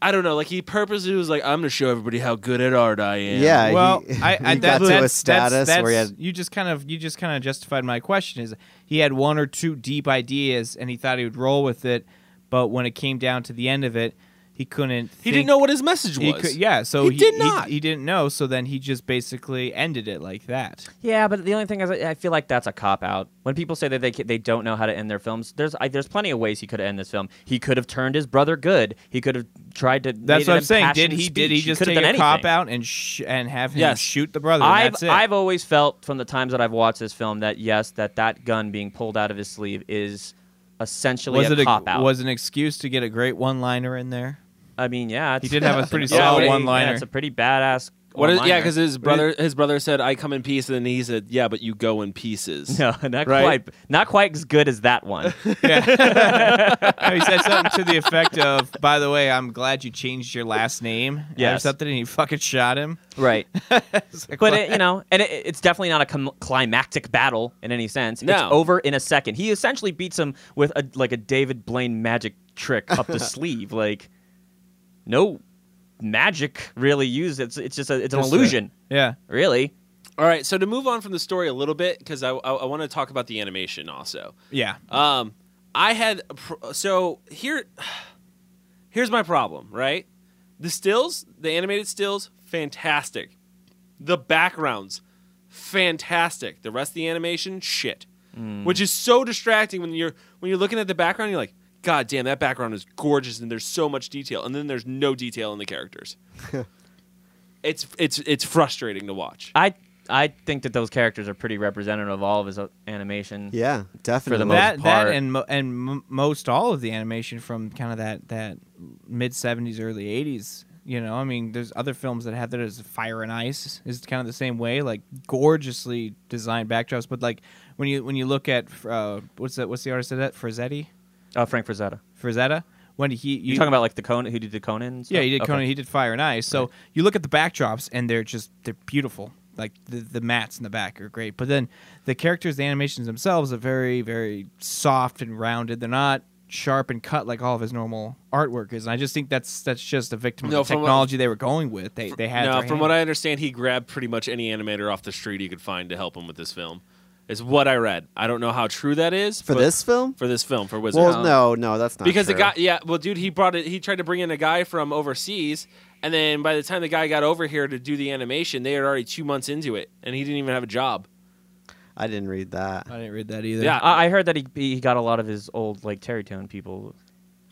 Speaker 1: I don't know. Like he purposely was like, I'm gonna show everybody how good at art I am.
Speaker 6: Yeah.
Speaker 3: Well,
Speaker 6: Uh, he,
Speaker 3: I, I
Speaker 6: he got
Speaker 3: that,
Speaker 6: to a
Speaker 3: that's-
Speaker 6: status
Speaker 3: that's,
Speaker 6: where he
Speaker 3: that's-
Speaker 6: had.
Speaker 3: you just kind of you just kind of justified my question. Is he had one or two deep ideas and he thought he would roll with it, but when it came down to the end of it, he couldn't.
Speaker 1: He didn't know what his message was.
Speaker 3: He could, yeah,
Speaker 1: He
Speaker 3: so he,
Speaker 1: did not.
Speaker 3: He, didn't know. So then he just basically ended it like that.
Speaker 4: Yeah, but the only thing is, I I feel like that's a cop out. When people say that they ca- they don't know how to end their films, there's I, there's plenty of ways he could end this film. He could have turned his brother good. He could have tried to. made
Speaker 3: That's what
Speaker 4: an
Speaker 3: I'm saying. Did
Speaker 4: impassioned
Speaker 3: he did
Speaker 4: speech.
Speaker 3: he just
Speaker 4: could have
Speaker 3: take a
Speaker 4: done
Speaker 3: cop
Speaker 4: anything.
Speaker 3: out and sh- and have him
Speaker 1: Yes.
Speaker 3: shoot the brother? and
Speaker 4: I've
Speaker 3: that's it.
Speaker 4: I've always felt from the times that I've watched this film that yes, that that gun being pulled out of his sleeve is essentially
Speaker 3: was
Speaker 4: a
Speaker 3: it a,
Speaker 4: cop out.
Speaker 3: was an excuse to get a great one liner in there?
Speaker 4: I mean, yeah, it's-
Speaker 3: did have a pretty
Speaker 4: it's
Speaker 3: solid
Speaker 4: pretty-
Speaker 3: one-liner.
Speaker 4: Yeah, it's a pretty badass.
Speaker 1: What is, yeah,
Speaker 4: one-liner.
Speaker 1: because his brother his brother said, "I come in peace," and then he said, "Yeah, but you go in pieces."
Speaker 4: no, not
Speaker 1: Right?
Speaker 4: quite, not quite as good as that one.
Speaker 3: No, he said something to the effect of, "By the way, I'm glad you changed your last name." Yeah, or
Speaker 4: Yes.
Speaker 3: something, and he fucking shot him.
Speaker 4: right.
Speaker 3: It's like,
Speaker 4: But
Speaker 3: what?
Speaker 4: it, you know, and it, it's definitely not a com- climactic battle in any sense. It's
Speaker 1: No.
Speaker 4: over in a second. He essentially beats him with a like a David Blaine magic trick up the sleeve. Like, no magic really used. It's it's just a, it's an
Speaker 3: Just a-
Speaker 4: illusion,
Speaker 3: yeah,
Speaker 4: really.
Speaker 1: All right, so to move on from the story a little bit, because I I, want to talk about the animation also.
Speaker 3: yeah,
Speaker 1: Um, I had a pr- so here, here's my problem. Right, the stills, the animated stills, fantastic. The backgrounds, fantastic. The rest of the animation, shit, which is so distracting when you're when you're looking at the background. You're like, God damn, that background is gorgeous, and there's so much detail, and then there's no detail in the characters. it's it's it's frustrating to watch.
Speaker 4: I I think that those characters are pretty representative of all of his uh, animation.
Speaker 6: Yeah, definitely.
Speaker 4: most
Speaker 3: that that
Speaker 4: part-
Speaker 3: and mo- and m- most all of the animation from kind of that that mid '70s, early '80s. You know, I mean, there's other films that have that as Fire and Ice is kind of the same way, like gorgeously designed backdrops. But like when you when you look at uh, what's that? What's the artist of that? Frazetti,
Speaker 4: Uh, Frank Frazetta.
Speaker 3: Frazetta. When he
Speaker 4: You're talking about like the Conan who did the Conan. and
Speaker 3: Yeah,
Speaker 4: stuff?
Speaker 3: he did
Speaker 4: Oh, Okay.
Speaker 3: Conan. He did Fire and Ice. So you look at the backdrops, and they're just they're beautiful. Like the the mats in the back are great, but then the characters, the animations themselves are very very soft and rounded. They're not sharp and cut like all of his normal artwork is. And I just think that's that's just a victim
Speaker 1: No,
Speaker 3: of the
Speaker 1: from what-
Speaker 3: technology they were going with. They they had
Speaker 1: No, from what I understand, he grabbed pretty much any animator off the street he could find to help him with this film. Is what I read. I don't know how true that is
Speaker 6: for
Speaker 1: but-
Speaker 6: this film.
Speaker 1: for this film for Wizard.
Speaker 6: Well, no, no, that's not
Speaker 1: because
Speaker 6: true.
Speaker 1: the guy, yeah, well, dude, he brought it. He tried to bring in a guy from overseas, and then by the time the guy got over here to do the animation, they were already two months into it, and he didn't even have a job.
Speaker 6: I didn't read that.
Speaker 3: I didn't read that either.
Speaker 1: Yeah,
Speaker 4: I, I heard that he he got a lot of his old like Terrytown people.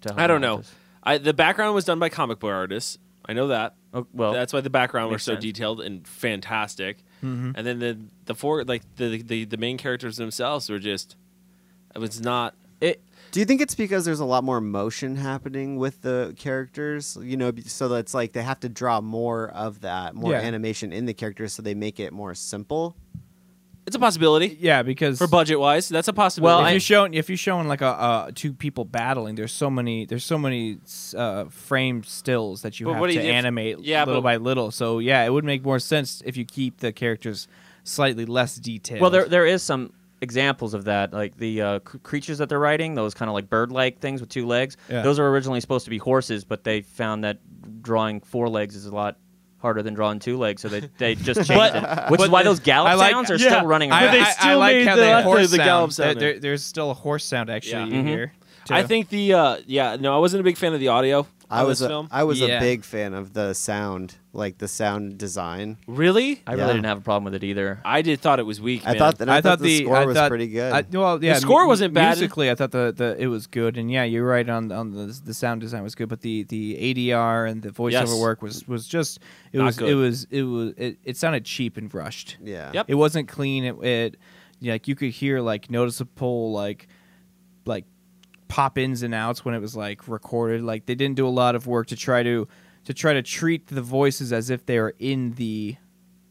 Speaker 4: To help
Speaker 1: I
Speaker 4: him
Speaker 6: Oh,
Speaker 1: don't
Speaker 4: out
Speaker 1: know.
Speaker 4: with this.
Speaker 1: I, the background was done by comic book artists. I know that.
Speaker 4: Oh, well,
Speaker 1: that's why the background was
Speaker 4: makes
Speaker 1: so
Speaker 4: sense.
Speaker 1: detailed and fantastic.
Speaker 6: Mm-hmm.
Speaker 1: And then the the four like the, the the main characters themselves were just it was not
Speaker 4: it.
Speaker 6: Do you think it's because there's a lot more motion happening with the characters? You know, be- so that's like they have to draw more of that, more
Speaker 3: Yeah.
Speaker 6: animation in the characters, so they make it more simple.
Speaker 1: It's a possibility.
Speaker 3: Yeah, because
Speaker 1: for budget wise, that's a possibility.
Speaker 3: Well, if you're showing if you're showing like a uh, two people battling, there's so many there's so many uh, frame stills that you
Speaker 1: But
Speaker 3: have
Speaker 1: what do
Speaker 3: to
Speaker 1: you- if-
Speaker 3: animate
Speaker 1: yeah,
Speaker 3: little
Speaker 1: but-
Speaker 3: by little. So yeah, it would make more sense if you keep the characters slightly less detailed.
Speaker 4: Well, there there is some examples of that, like the uh, c- creatures that they're riding, those kind of like bird-like things with two legs.
Speaker 3: Yeah.
Speaker 4: Those are originally supposed to be horses, but they found that drawing four legs is a lot harder than drawing two legs, so they, they just changed it. Which is why those gallop
Speaker 3: I like-
Speaker 4: sounds are
Speaker 3: yeah,
Speaker 4: still running
Speaker 3: I,
Speaker 4: around.
Speaker 3: I- I like how they horse
Speaker 1: the gallop
Speaker 3: sound.
Speaker 1: sound
Speaker 3: There- there- there's still a horse sound actually
Speaker 1: Yeah.
Speaker 3: in
Speaker 1: Mhm.
Speaker 3: here.
Speaker 1: I
Speaker 3: too.
Speaker 1: think the uh, yeah no, I wasn't a big fan of the audio.
Speaker 6: I
Speaker 1: on
Speaker 6: was
Speaker 1: this
Speaker 6: a,
Speaker 1: film.
Speaker 6: I was
Speaker 3: Yeah.
Speaker 6: a big fan of the sound, like the sound design.
Speaker 1: really.
Speaker 4: I really
Speaker 6: Yeah.
Speaker 4: didn't have a problem with it either.
Speaker 1: I did thought it was weak.
Speaker 6: I
Speaker 1: man.
Speaker 6: thought that I, thought, the, score
Speaker 3: I
Speaker 6: was
Speaker 3: thought-
Speaker 6: pretty good.
Speaker 3: I, well, yeah,
Speaker 1: The score wasn't bad.
Speaker 3: Musically, I thought the, the it was good, and yeah, you're right on on the, the sound design was good, but the, the ADR and the voiceover
Speaker 1: Yes.
Speaker 3: work was was just it
Speaker 1: Not
Speaker 3: was
Speaker 1: good.
Speaker 3: it was it was it, it sounded cheap and rushed.
Speaker 6: yeah.
Speaker 1: Yep.
Speaker 3: It wasn't clean. It, it yeah, like you could hear like noticeable like like pop ins and outs when it was like recorded. Like they didn't do a lot of work to try to to try to treat the voices as if they are in the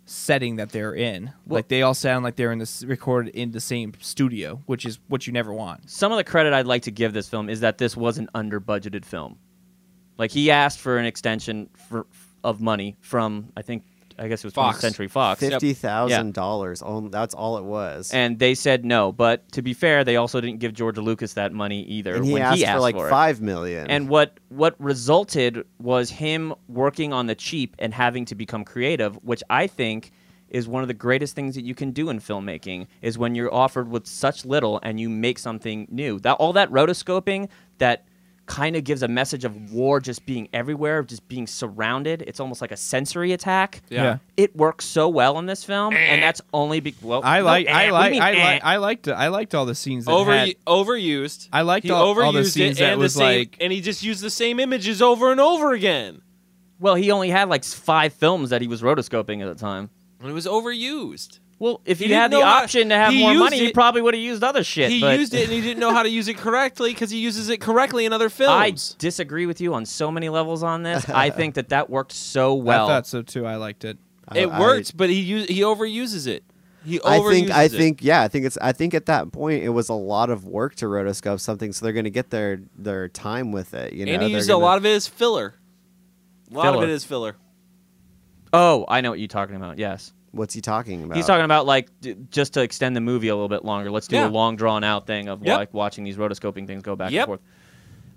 Speaker 3: setting that they're in. like they all sound like they're in this recorded in the same studio, which is what you never want.
Speaker 4: some of the credit I'd like to give this film is that this was an under budgeted film. Like he asked for an extension for, of money from I think I guess it was
Speaker 1: Fox.
Speaker 4: 20th Century Fox.
Speaker 6: Fifty thousand dollars. Only that's all it was.
Speaker 4: And they said no, but to be fair, they also didn't give George Lucas that money either
Speaker 6: And he,
Speaker 4: when
Speaker 6: asked
Speaker 4: he asked
Speaker 6: for like
Speaker 4: it.
Speaker 6: five million.
Speaker 4: And what what resulted was him working on the cheap and having to become creative, which I think is one of the greatest things that you can do in filmmaking is when you're offered with such little and you make something new. That all that rotoscoping that kind of gives a message of war just being everywhere, of just being surrounded. It's almost like a sensory attack.
Speaker 1: Yeah. Yeah.
Speaker 4: It works so well in this film, and that's only be- well,
Speaker 3: I
Speaker 4: no,
Speaker 3: like
Speaker 4: eh,
Speaker 3: I
Speaker 4: what
Speaker 3: like
Speaker 4: do you
Speaker 3: I
Speaker 4: mean, eh?
Speaker 3: like I liked it. I liked all the scenes that
Speaker 1: over
Speaker 3: had-
Speaker 1: overused.
Speaker 3: I liked
Speaker 1: he
Speaker 3: all-
Speaker 1: overused
Speaker 3: all the scenes
Speaker 1: it,
Speaker 3: that
Speaker 1: and
Speaker 3: was
Speaker 1: the same,
Speaker 3: like-
Speaker 1: and he just used the same images over and over again,
Speaker 4: Well, he only had like five films that he was rotoscoping at the time.
Speaker 1: and it was overused.
Speaker 4: Well, if he,
Speaker 1: He
Speaker 4: had
Speaker 1: didn't
Speaker 4: the
Speaker 1: know how-
Speaker 4: option to have
Speaker 1: he
Speaker 4: more
Speaker 1: used
Speaker 4: money, he
Speaker 1: it-
Speaker 4: probably would have used other shit.
Speaker 1: he
Speaker 4: but
Speaker 1: used it, and he didn't know how to use it correctly because he uses it correctly in other
Speaker 4: I
Speaker 1: films.
Speaker 4: disagree with you on so many levels on this. I think that that worked so well.
Speaker 3: I thought so too. I liked it.
Speaker 1: it
Speaker 6: I-
Speaker 1: works, but he use, he overuses it. He
Speaker 6: I
Speaker 1: overuses
Speaker 6: think I
Speaker 1: it.
Speaker 6: think yeah I think it's I think at that point it was a lot of work to rotoscope something so they're going to get their their time with it you know
Speaker 1: and he
Speaker 6: They're
Speaker 1: used
Speaker 6: gonna-
Speaker 1: a lot of it as filler. A lot of
Speaker 4: Filler.
Speaker 1: it is filler.
Speaker 4: Oh, I know what you're talking about. Yes,
Speaker 6: what's he talking about
Speaker 4: he's talking about like d- just to extend the movie a little bit longer. Let's do
Speaker 1: Yeah.
Speaker 4: a long drawn out thing of
Speaker 1: Yep.
Speaker 4: like watching these rotoscoping things go back
Speaker 1: Yep.
Speaker 4: and forth.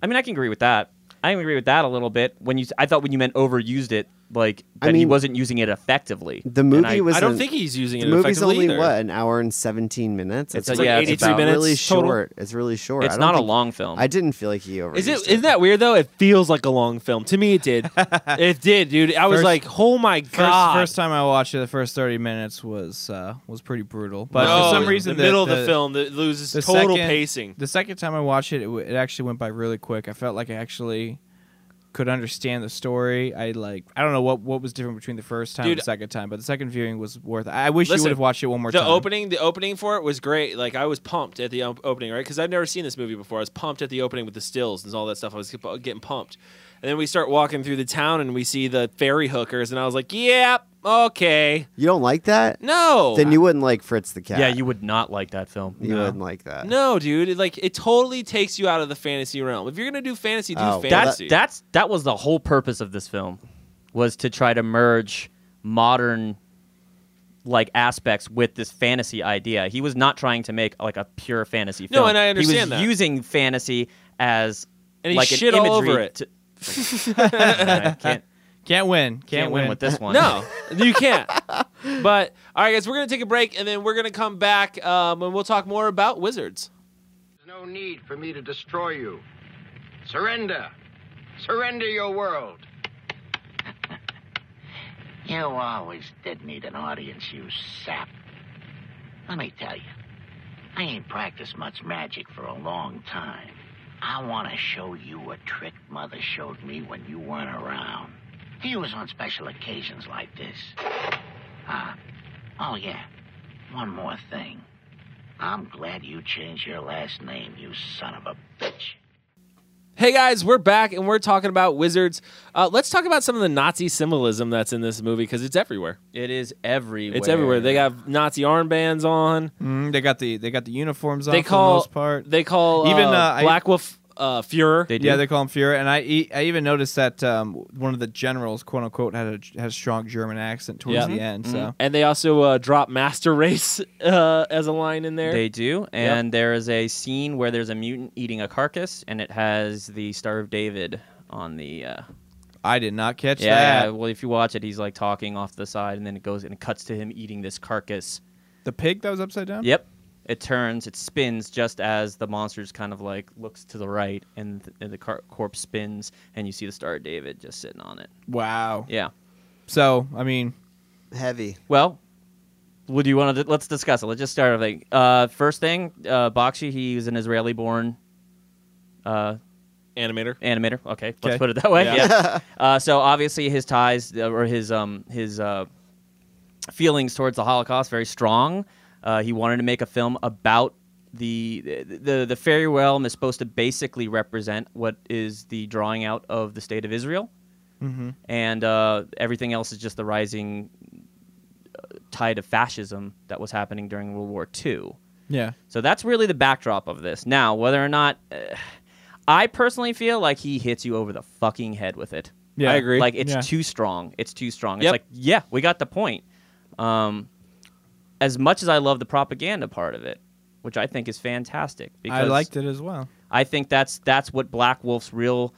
Speaker 4: I mean, I can agree with that. I can agree with that a little bit. When you, s- I thought when you meant overused it, like
Speaker 6: I
Speaker 4: that he
Speaker 6: mean,
Speaker 4: wasn't using it effectively.
Speaker 6: the
Speaker 4: And
Speaker 6: movie
Speaker 4: I-
Speaker 6: was
Speaker 1: I don't
Speaker 6: an-
Speaker 1: think he's using
Speaker 6: the
Speaker 1: it
Speaker 6: movie's
Speaker 1: effectively
Speaker 6: only
Speaker 1: either.
Speaker 6: what an hour and 17 minutes
Speaker 4: It's
Speaker 6: It's
Speaker 4: like, yeah, it's
Speaker 1: 83
Speaker 4: about-
Speaker 1: minutes
Speaker 6: really
Speaker 1: total.
Speaker 6: short it's really short I
Speaker 4: It's
Speaker 6: don't
Speaker 4: not a
Speaker 6: think-
Speaker 4: long film.
Speaker 6: I didn't feel like he overused
Speaker 1: Is it? Isn't that weird though? It feels like a long film to me. It did. it did, dude. I was
Speaker 3: First-
Speaker 1: like, oh my
Speaker 3: First,
Speaker 1: god.
Speaker 3: first time I watched it, the first thirty minutes was uh, was pretty brutal, but
Speaker 1: No,
Speaker 3: for some reason
Speaker 1: the middle of the film that loses
Speaker 3: the
Speaker 1: total
Speaker 3: second-
Speaker 1: pacing.
Speaker 3: The second time I watched it, it, w- it actually went by really quick. I felt like I actually could understand the story. I like I don't know what what was different between the first time and
Speaker 1: Dude,
Speaker 3: the second time, but the second viewing was worth. I wish you
Speaker 1: Listen,
Speaker 3: would have watched it one more
Speaker 1: The
Speaker 3: time.
Speaker 1: opening, the opening for it was great. Like I was pumped at the op- opening, right? Because I'd never seen this movie before. I was pumped at the opening with the stills and all that stuff. I was get- getting pumped, and then we start walking through the town and we see the ferry hookers, and I was like, "Yep, okay,
Speaker 6: you don't like that
Speaker 1: no."
Speaker 6: then you wouldn't like Fritz the cat
Speaker 4: yeah, you would not like that film.
Speaker 6: you wouldn't like that
Speaker 1: no, dude. It, like it totally takes you out of the fantasy realm. If you're gonna do fantasy, do
Speaker 6: Oh, well,
Speaker 4: That's
Speaker 1: fantasy.
Speaker 4: that's that was the whole purpose of this film was to try to merge modern like aspects with this fantasy idea. He was not trying to make like a pure fantasy
Speaker 1: No,
Speaker 4: film.
Speaker 1: and I
Speaker 4: he
Speaker 1: understand
Speaker 4: was
Speaker 1: that.
Speaker 4: using fantasy as
Speaker 1: And he
Speaker 4: like
Speaker 1: shit
Speaker 4: an
Speaker 1: all
Speaker 4: imagery
Speaker 1: over it.
Speaker 4: to- I can't, can't,
Speaker 3: can't win. Can't,
Speaker 4: win, with this one.
Speaker 1: No, you can't. But all right, guys, we're gonna take a break, and then we're gonna come back, um, and we'll talk more about wizards.
Speaker 9: There's no need for me to destroy you. Surrender. Surrender your world.
Speaker 7: You always did need an audience, you sap. Let me tell you, I ain't practiced much magic for a long time. I want to show you a trick Mother showed me when you weren't around. He was on special occasions like this. Ah, oh yeah, one more thing. I'm glad you changed your last name, you son of a bitch.
Speaker 1: Hey guys, we're back and we're talking about wizards. Uh, let's talk about some of the Nazi symbolism that's in this movie because it's everywhere.
Speaker 4: It is everywhere.
Speaker 1: It's everywhere. They got Nazi armbands on.
Speaker 3: Mm, they got the they got the uniforms on
Speaker 1: They
Speaker 3: for
Speaker 1: call
Speaker 3: the most part.
Speaker 1: They call
Speaker 3: Even,
Speaker 1: even
Speaker 3: uh, I-
Speaker 1: Black Wolf uh, Fuhrer.
Speaker 3: Yeah, they call him Fuhrer, and I e- I even noticed that um, one of the generals, quote unquote, had a had a strong German accent towards
Speaker 1: Yeah.
Speaker 3: the end. So
Speaker 4: Mm-hmm.
Speaker 1: and they also uh, drop Master Race uh, as a line in there.
Speaker 4: They do, and there is a scene where there's a mutant eating a carcass, and it has the Star of David on the. Uh,
Speaker 3: I did not catch
Speaker 4: yeah,
Speaker 3: that.
Speaker 4: well, if you watch it, he's like talking off to the side, and then it goes and it cuts to him eating this carcass.
Speaker 3: The pig that was upside down.
Speaker 4: Yep, it turns, it spins just as the monster's kind of like looks to the right, and, th- and the car- corpse spins, and you see the Star of David just sitting on it.
Speaker 3: Wow.
Speaker 4: Yeah.
Speaker 3: So I mean,
Speaker 6: Heavy.
Speaker 4: Well, would you want to? Let's discuss it. Let's just start. With, uh, first thing, uh, Bakshi. He was an Israeli-born uh,
Speaker 1: Animator.
Speaker 4: animator. Okay,
Speaker 1: Okay.
Speaker 4: let's put it that way.
Speaker 1: Yeah.
Speaker 4: Yeah. uh, so obviously, his ties uh, or his um his uh, feelings towards the Holocaust very strong. Uh, he wanted to make a film about the the the fairy realm is supposed to basically represent what is the drawing out of the state of Israel
Speaker 3: Mm-hmm.
Speaker 4: and uh, everything else is just the rising uh, tide of fascism that was happening during World War II.
Speaker 3: Yeah.
Speaker 4: So that's really the backdrop of this. Now, whether or not uh, I personally feel like he hits you over the fucking head with it.
Speaker 1: Yeah. I agree.
Speaker 4: Like it's
Speaker 1: Yeah.
Speaker 4: too strong. It's too strong.
Speaker 1: Yep.
Speaker 4: It's like, yeah, we got the point. Um, as much as I love the propaganda part of it, which I think is fantastic because
Speaker 3: I liked it as well.
Speaker 4: I think that's that's what Black Wolf's real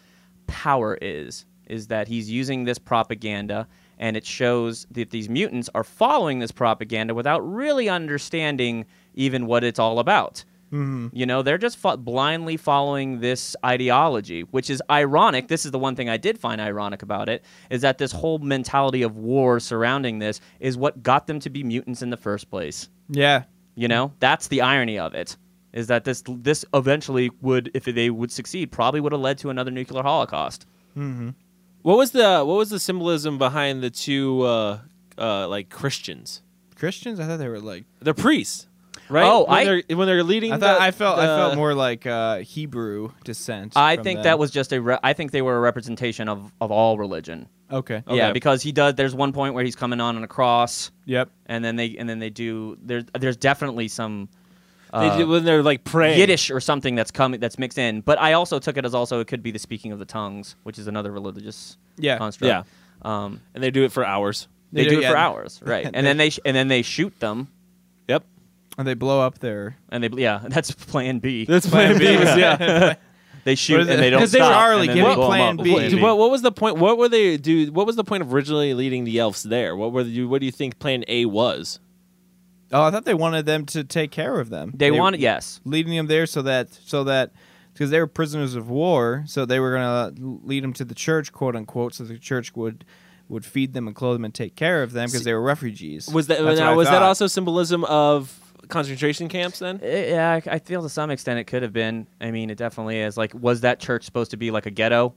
Speaker 4: power is is that he's using this propaganda and it shows that these mutants are following this propaganda without really understanding even what it's all about.
Speaker 3: Mhm.
Speaker 4: You know, they're just fo- blindly following this ideology, which is ironic. This is the one thing I did find ironic about it is that this whole mentality of war surrounding this is what got them to be mutants in the first place.
Speaker 3: Yeah.
Speaker 4: You know, that's the irony of it. Is that this this eventually would, if they would succeed, probably would have led to another nuclear holocaust.
Speaker 3: Mm-hmm.
Speaker 1: What was the what was the symbolism behind the two uh, uh, like Christians?
Speaker 3: Christians, I thought they were like.
Speaker 1: They're priests, right?
Speaker 4: Oh,
Speaker 1: when
Speaker 4: I-
Speaker 1: they're, when they're leading.
Speaker 3: I thought
Speaker 1: the-
Speaker 3: I felt I felt
Speaker 1: the-
Speaker 3: more like uh, Hebrew descent.
Speaker 4: I
Speaker 3: from
Speaker 4: think
Speaker 3: them.
Speaker 4: that was just a. Re- I think they were a representation of of all religion.
Speaker 3: okay.
Speaker 4: Yeah,
Speaker 1: Okay.
Speaker 4: because he does. There's one point where he's coming on on a cross,
Speaker 3: Yep.
Speaker 4: and then they and then they do. There's there's definitely some.
Speaker 1: They
Speaker 4: uh,
Speaker 1: did- when they're like praying.
Speaker 4: Yiddish or something that's coming that's mixed in. But I also took it as also it could be the speaking of the tongues, which is another religious
Speaker 3: Yeah.
Speaker 4: construct.
Speaker 1: Yeah,
Speaker 4: Um,
Speaker 1: and they do it for hours.
Speaker 4: they,
Speaker 3: They
Speaker 4: do
Speaker 3: do,
Speaker 4: it for
Speaker 3: yeah.
Speaker 4: hours, right? And then they sh- and then they shoot them,
Speaker 1: Yep,
Speaker 3: And they blow up their.
Speaker 4: and they yeah, that's Plan B.
Speaker 1: that's Plan B. was- yeah,
Speaker 4: they shoot
Speaker 3: is
Speaker 4: and
Speaker 3: it?
Speaker 4: they don't
Speaker 3: 'Cause they
Speaker 4: stop.
Speaker 3: Charlie,
Speaker 4: and then
Speaker 3: give
Speaker 4: they
Speaker 3: me
Speaker 4: blow 'em
Speaker 3: Plan
Speaker 4: up.
Speaker 3: B.
Speaker 1: What, what, what was the point? What were they do? What was the point of originally leading the elves there? What were you? What do you think Plan A was?
Speaker 3: Oh, I thought they wanted them to take care of them.
Speaker 4: They want yes,
Speaker 3: leading them there so that so that because they were prisoners of war, so they were gonna lead them to the church, quote unquote, so the church would would feed them and clothe them and take care of them because they were refugees.
Speaker 1: Was that
Speaker 3: That's what
Speaker 1: now,
Speaker 3: I
Speaker 1: was that
Speaker 3: thought.
Speaker 1: also symbolism of concentration camps? Then
Speaker 4: Eh, yeah. I, I feel to some extent it could have been. I mean, it definitely is. Like, was that church supposed to be like a ghetto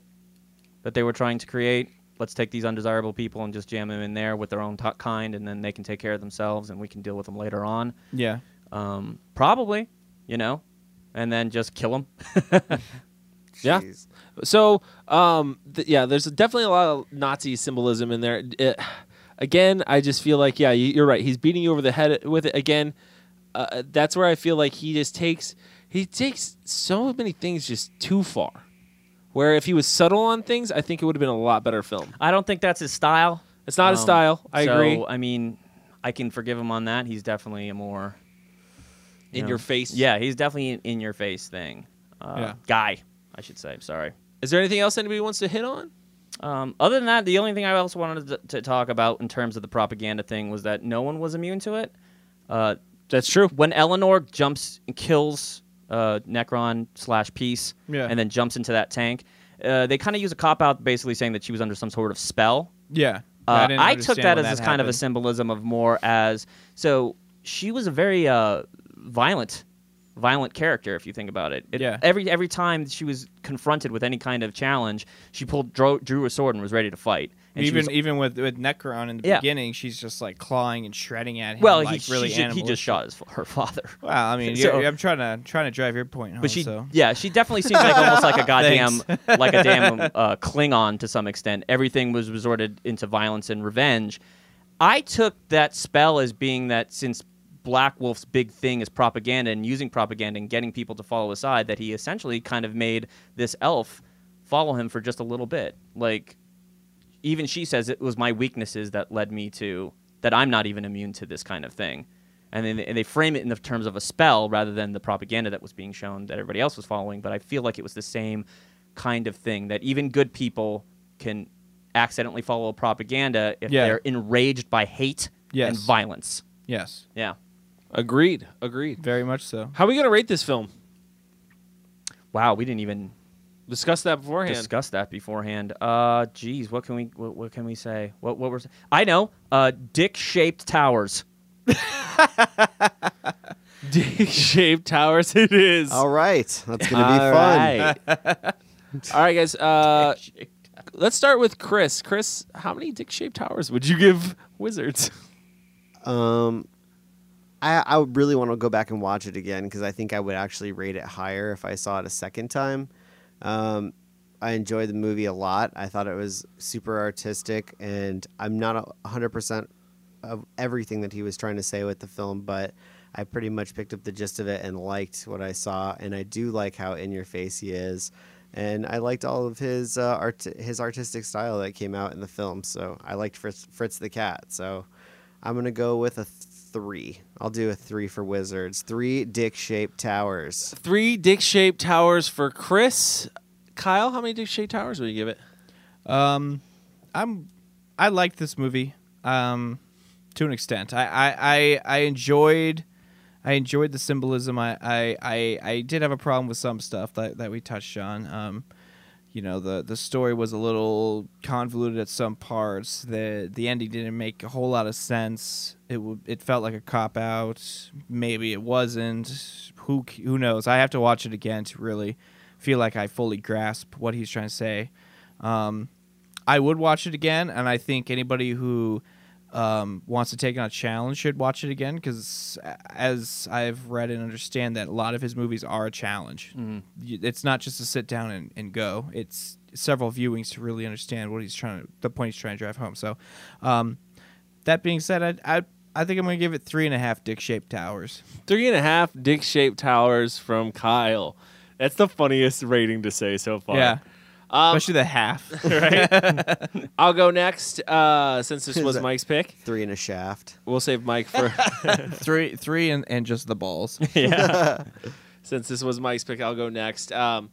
Speaker 4: that they were trying to create? Let's take these undesirable people and just jam them in there with their own t- kind, and then they can take care of themselves, and we can deal with them later on.
Speaker 3: Yeah,
Speaker 4: Um, probably, you know, and then just kill them.
Speaker 1: Yeah.
Speaker 6: Jeez.
Speaker 1: So, um, th- yeah, there's definitely a lot of Nazi symbolism in there. It- again, I just feel like, yeah, you- you're right. He's beating you over the head with it again. Uh, that's where I feel like he just takes he takes so many things just too far. Where if he was subtle on things, I think it would have been a lot better film.
Speaker 4: I don't think that's his style. Um,
Speaker 1: It's not his style. I
Speaker 4: so,
Speaker 1: agree.
Speaker 4: I mean, I can forgive him on that. He's definitely a more
Speaker 1: In
Speaker 4: know.
Speaker 1: your face.
Speaker 4: Yeah, he's definitely an in your face thing. Uh,
Speaker 3: Yeah.
Speaker 4: Guy, I should say. Sorry.
Speaker 1: Is there anything else anybody wants to hit on?
Speaker 4: Um, other than that, the only thing I also wanted to, to talk about in terms of the propaganda thing was that no one was immune to it. Uh,
Speaker 1: That's true.
Speaker 4: when Eleanor jumps and kills uh, Necron slash Peace,
Speaker 3: Yeah.
Speaker 4: and then jumps into that tank, uh, they kind of use a cop out, basically saying that she was under some sort of spell.
Speaker 3: yeah.
Speaker 4: Uh,
Speaker 3: didn't
Speaker 4: I, took
Speaker 3: understand
Speaker 4: that
Speaker 3: when
Speaker 4: as this kind of a
Speaker 3: happened.
Speaker 4: symbolism of more as so she was a very uh, violent, violent character if you think about it. It-
Speaker 3: Yeah.
Speaker 4: Every every time she was confronted with any kind of challenge, she pulled drew, drew a sword and was ready to fight.
Speaker 3: And she
Speaker 4: Even-
Speaker 3: was- even with with Necron in the
Speaker 4: Yeah.
Speaker 3: beginning, she's just like clawing and shredding at him.
Speaker 4: Well,
Speaker 3: like,
Speaker 4: he
Speaker 3: really
Speaker 4: she, should- he
Speaker 3: animalistic.
Speaker 4: just shot his, fa- her father.
Speaker 3: Well, I mean,
Speaker 4: So-
Speaker 3: yeah, I'm trying to trying to drive your point home.
Speaker 4: But she,
Speaker 3: so.
Speaker 4: yeah, she definitely seems like almost like a goddamn,
Speaker 3: Thanks.
Speaker 4: like a damn uh, Klingon to some extent. Everything was resorted into violence and revenge. I took that spell as being that since Black Wolf's big thing is propaganda and using propaganda and getting people to follow his side, that he essentially kind of made this elf follow him for just a little bit. Like, even she says it was my weaknesses that led me to that I'm not even immune to this kind of thing. And then and they frame it in the terms of a spell rather than the propaganda that was being shown that everybody else was following. But I feel like it was the same kind of thing that even good people can accidentally follow propaganda if
Speaker 3: Yeah.
Speaker 4: they're enraged by hate and
Speaker 3: Yes.
Speaker 4: violence.
Speaker 3: Yes.
Speaker 4: Yeah.
Speaker 1: Agreed. Agreed.
Speaker 3: Very much so.
Speaker 1: How are we going to rate this film?
Speaker 4: Wow, we didn't even
Speaker 1: Discuss that beforehand.
Speaker 4: discuss that beforehand. Uh, geez, what can we what, what can we say? What what were I know? Uh, dick shaped towers.
Speaker 1: Dick shaped towers. It is.
Speaker 6: All right, that's gonna be fun.
Speaker 1: All right, guys. Uh, let's start with Chris. Chris, how many dick shaped towers would you give Wizards?
Speaker 6: Um, I I would really want to go back and watch it again because I think I would actually rate it higher if I saw it a second time. Um, I enjoyed the movie a lot. I thought it was super artistic, and I'm not a hundred percent of everything that he was trying to say with the film, but I pretty much picked up the gist of it and liked what I saw. And I do like how in your face he is. And I liked all of his uh, art, his artistic style that came out in the film. So I liked Fritz, Fritz the Cat. So I'm gonna go with a three. I'll do a three for Wizards. Three dick-shaped towers.
Speaker 1: Three dick shaped towers for Chris. Kyle, how many dick shaped towers would you give it?
Speaker 3: Um, I'm I liked this movie. Um, to an extent, I I I, I enjoyed. I enjoyed the symbolism. I, I, I, I did have a problem with some stuff that, that we touched on. Um, you know, the, the story was a little convoluted at some parts. The the ending didn't make a whole lot of sense. It w- it felt like a cop out. Maybe it wasn't. Who c- who knows? I have to watch it again to really feel like I fully grasp what he's trying to say. Um, I would watch it again, and I think anybody who um, wants to take on a challenge should watch it again because, as I've read and understand, that a lot of his movies are a challenge. You- It's not just to sit down and, and go. It's several viewings to really understand what he's trying to, the point he's trying to drive home. So, um, that being said, I, I I think I'm gonna give it three and a half dick shaped towers.
Speaker 1: Three and a half dick shaped towers from Kyle. That's the funniest rating to say so far.
Speaker 3: Yeah,
Speaker 1: Um,
Speaker 3: especially the half.
Speaker 1: I'll go next uh, since this
Speaker 6: Is
Speaker 1: was
Speaker 6: that-
Speaker 1: Mike's pick.
Speaker 6: Three and a shaft.
Speaker 1: We'll save Mike for
Speaker 3: three three and, and just the balls.
Speaker 1: since this was Mike's pick. I'll go next. Um,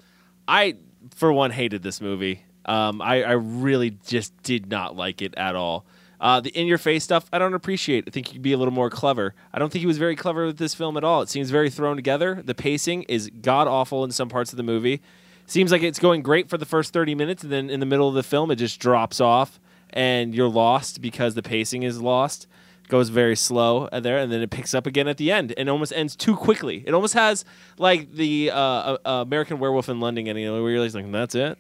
Speaker 1: I for one hated this movie. Um, I, I really just did not like it at all. Uh, the in your face stuff I don't appreciate. I think he'd be a little more clever. I don't think he was very clever with this film at all. It seems very thrown together. The pacing is god awful in some parts of the movie. Seems like it's going great for the first 30 minutes, and then in the middle of the film, it just drops off and you're lost because the pacing is lost goes very slow at there, and then it picks up again at the end, and almost ends too quickly. It almost has like the uh, uh, American Werewolf in London ending, where you're just like, "That's it,"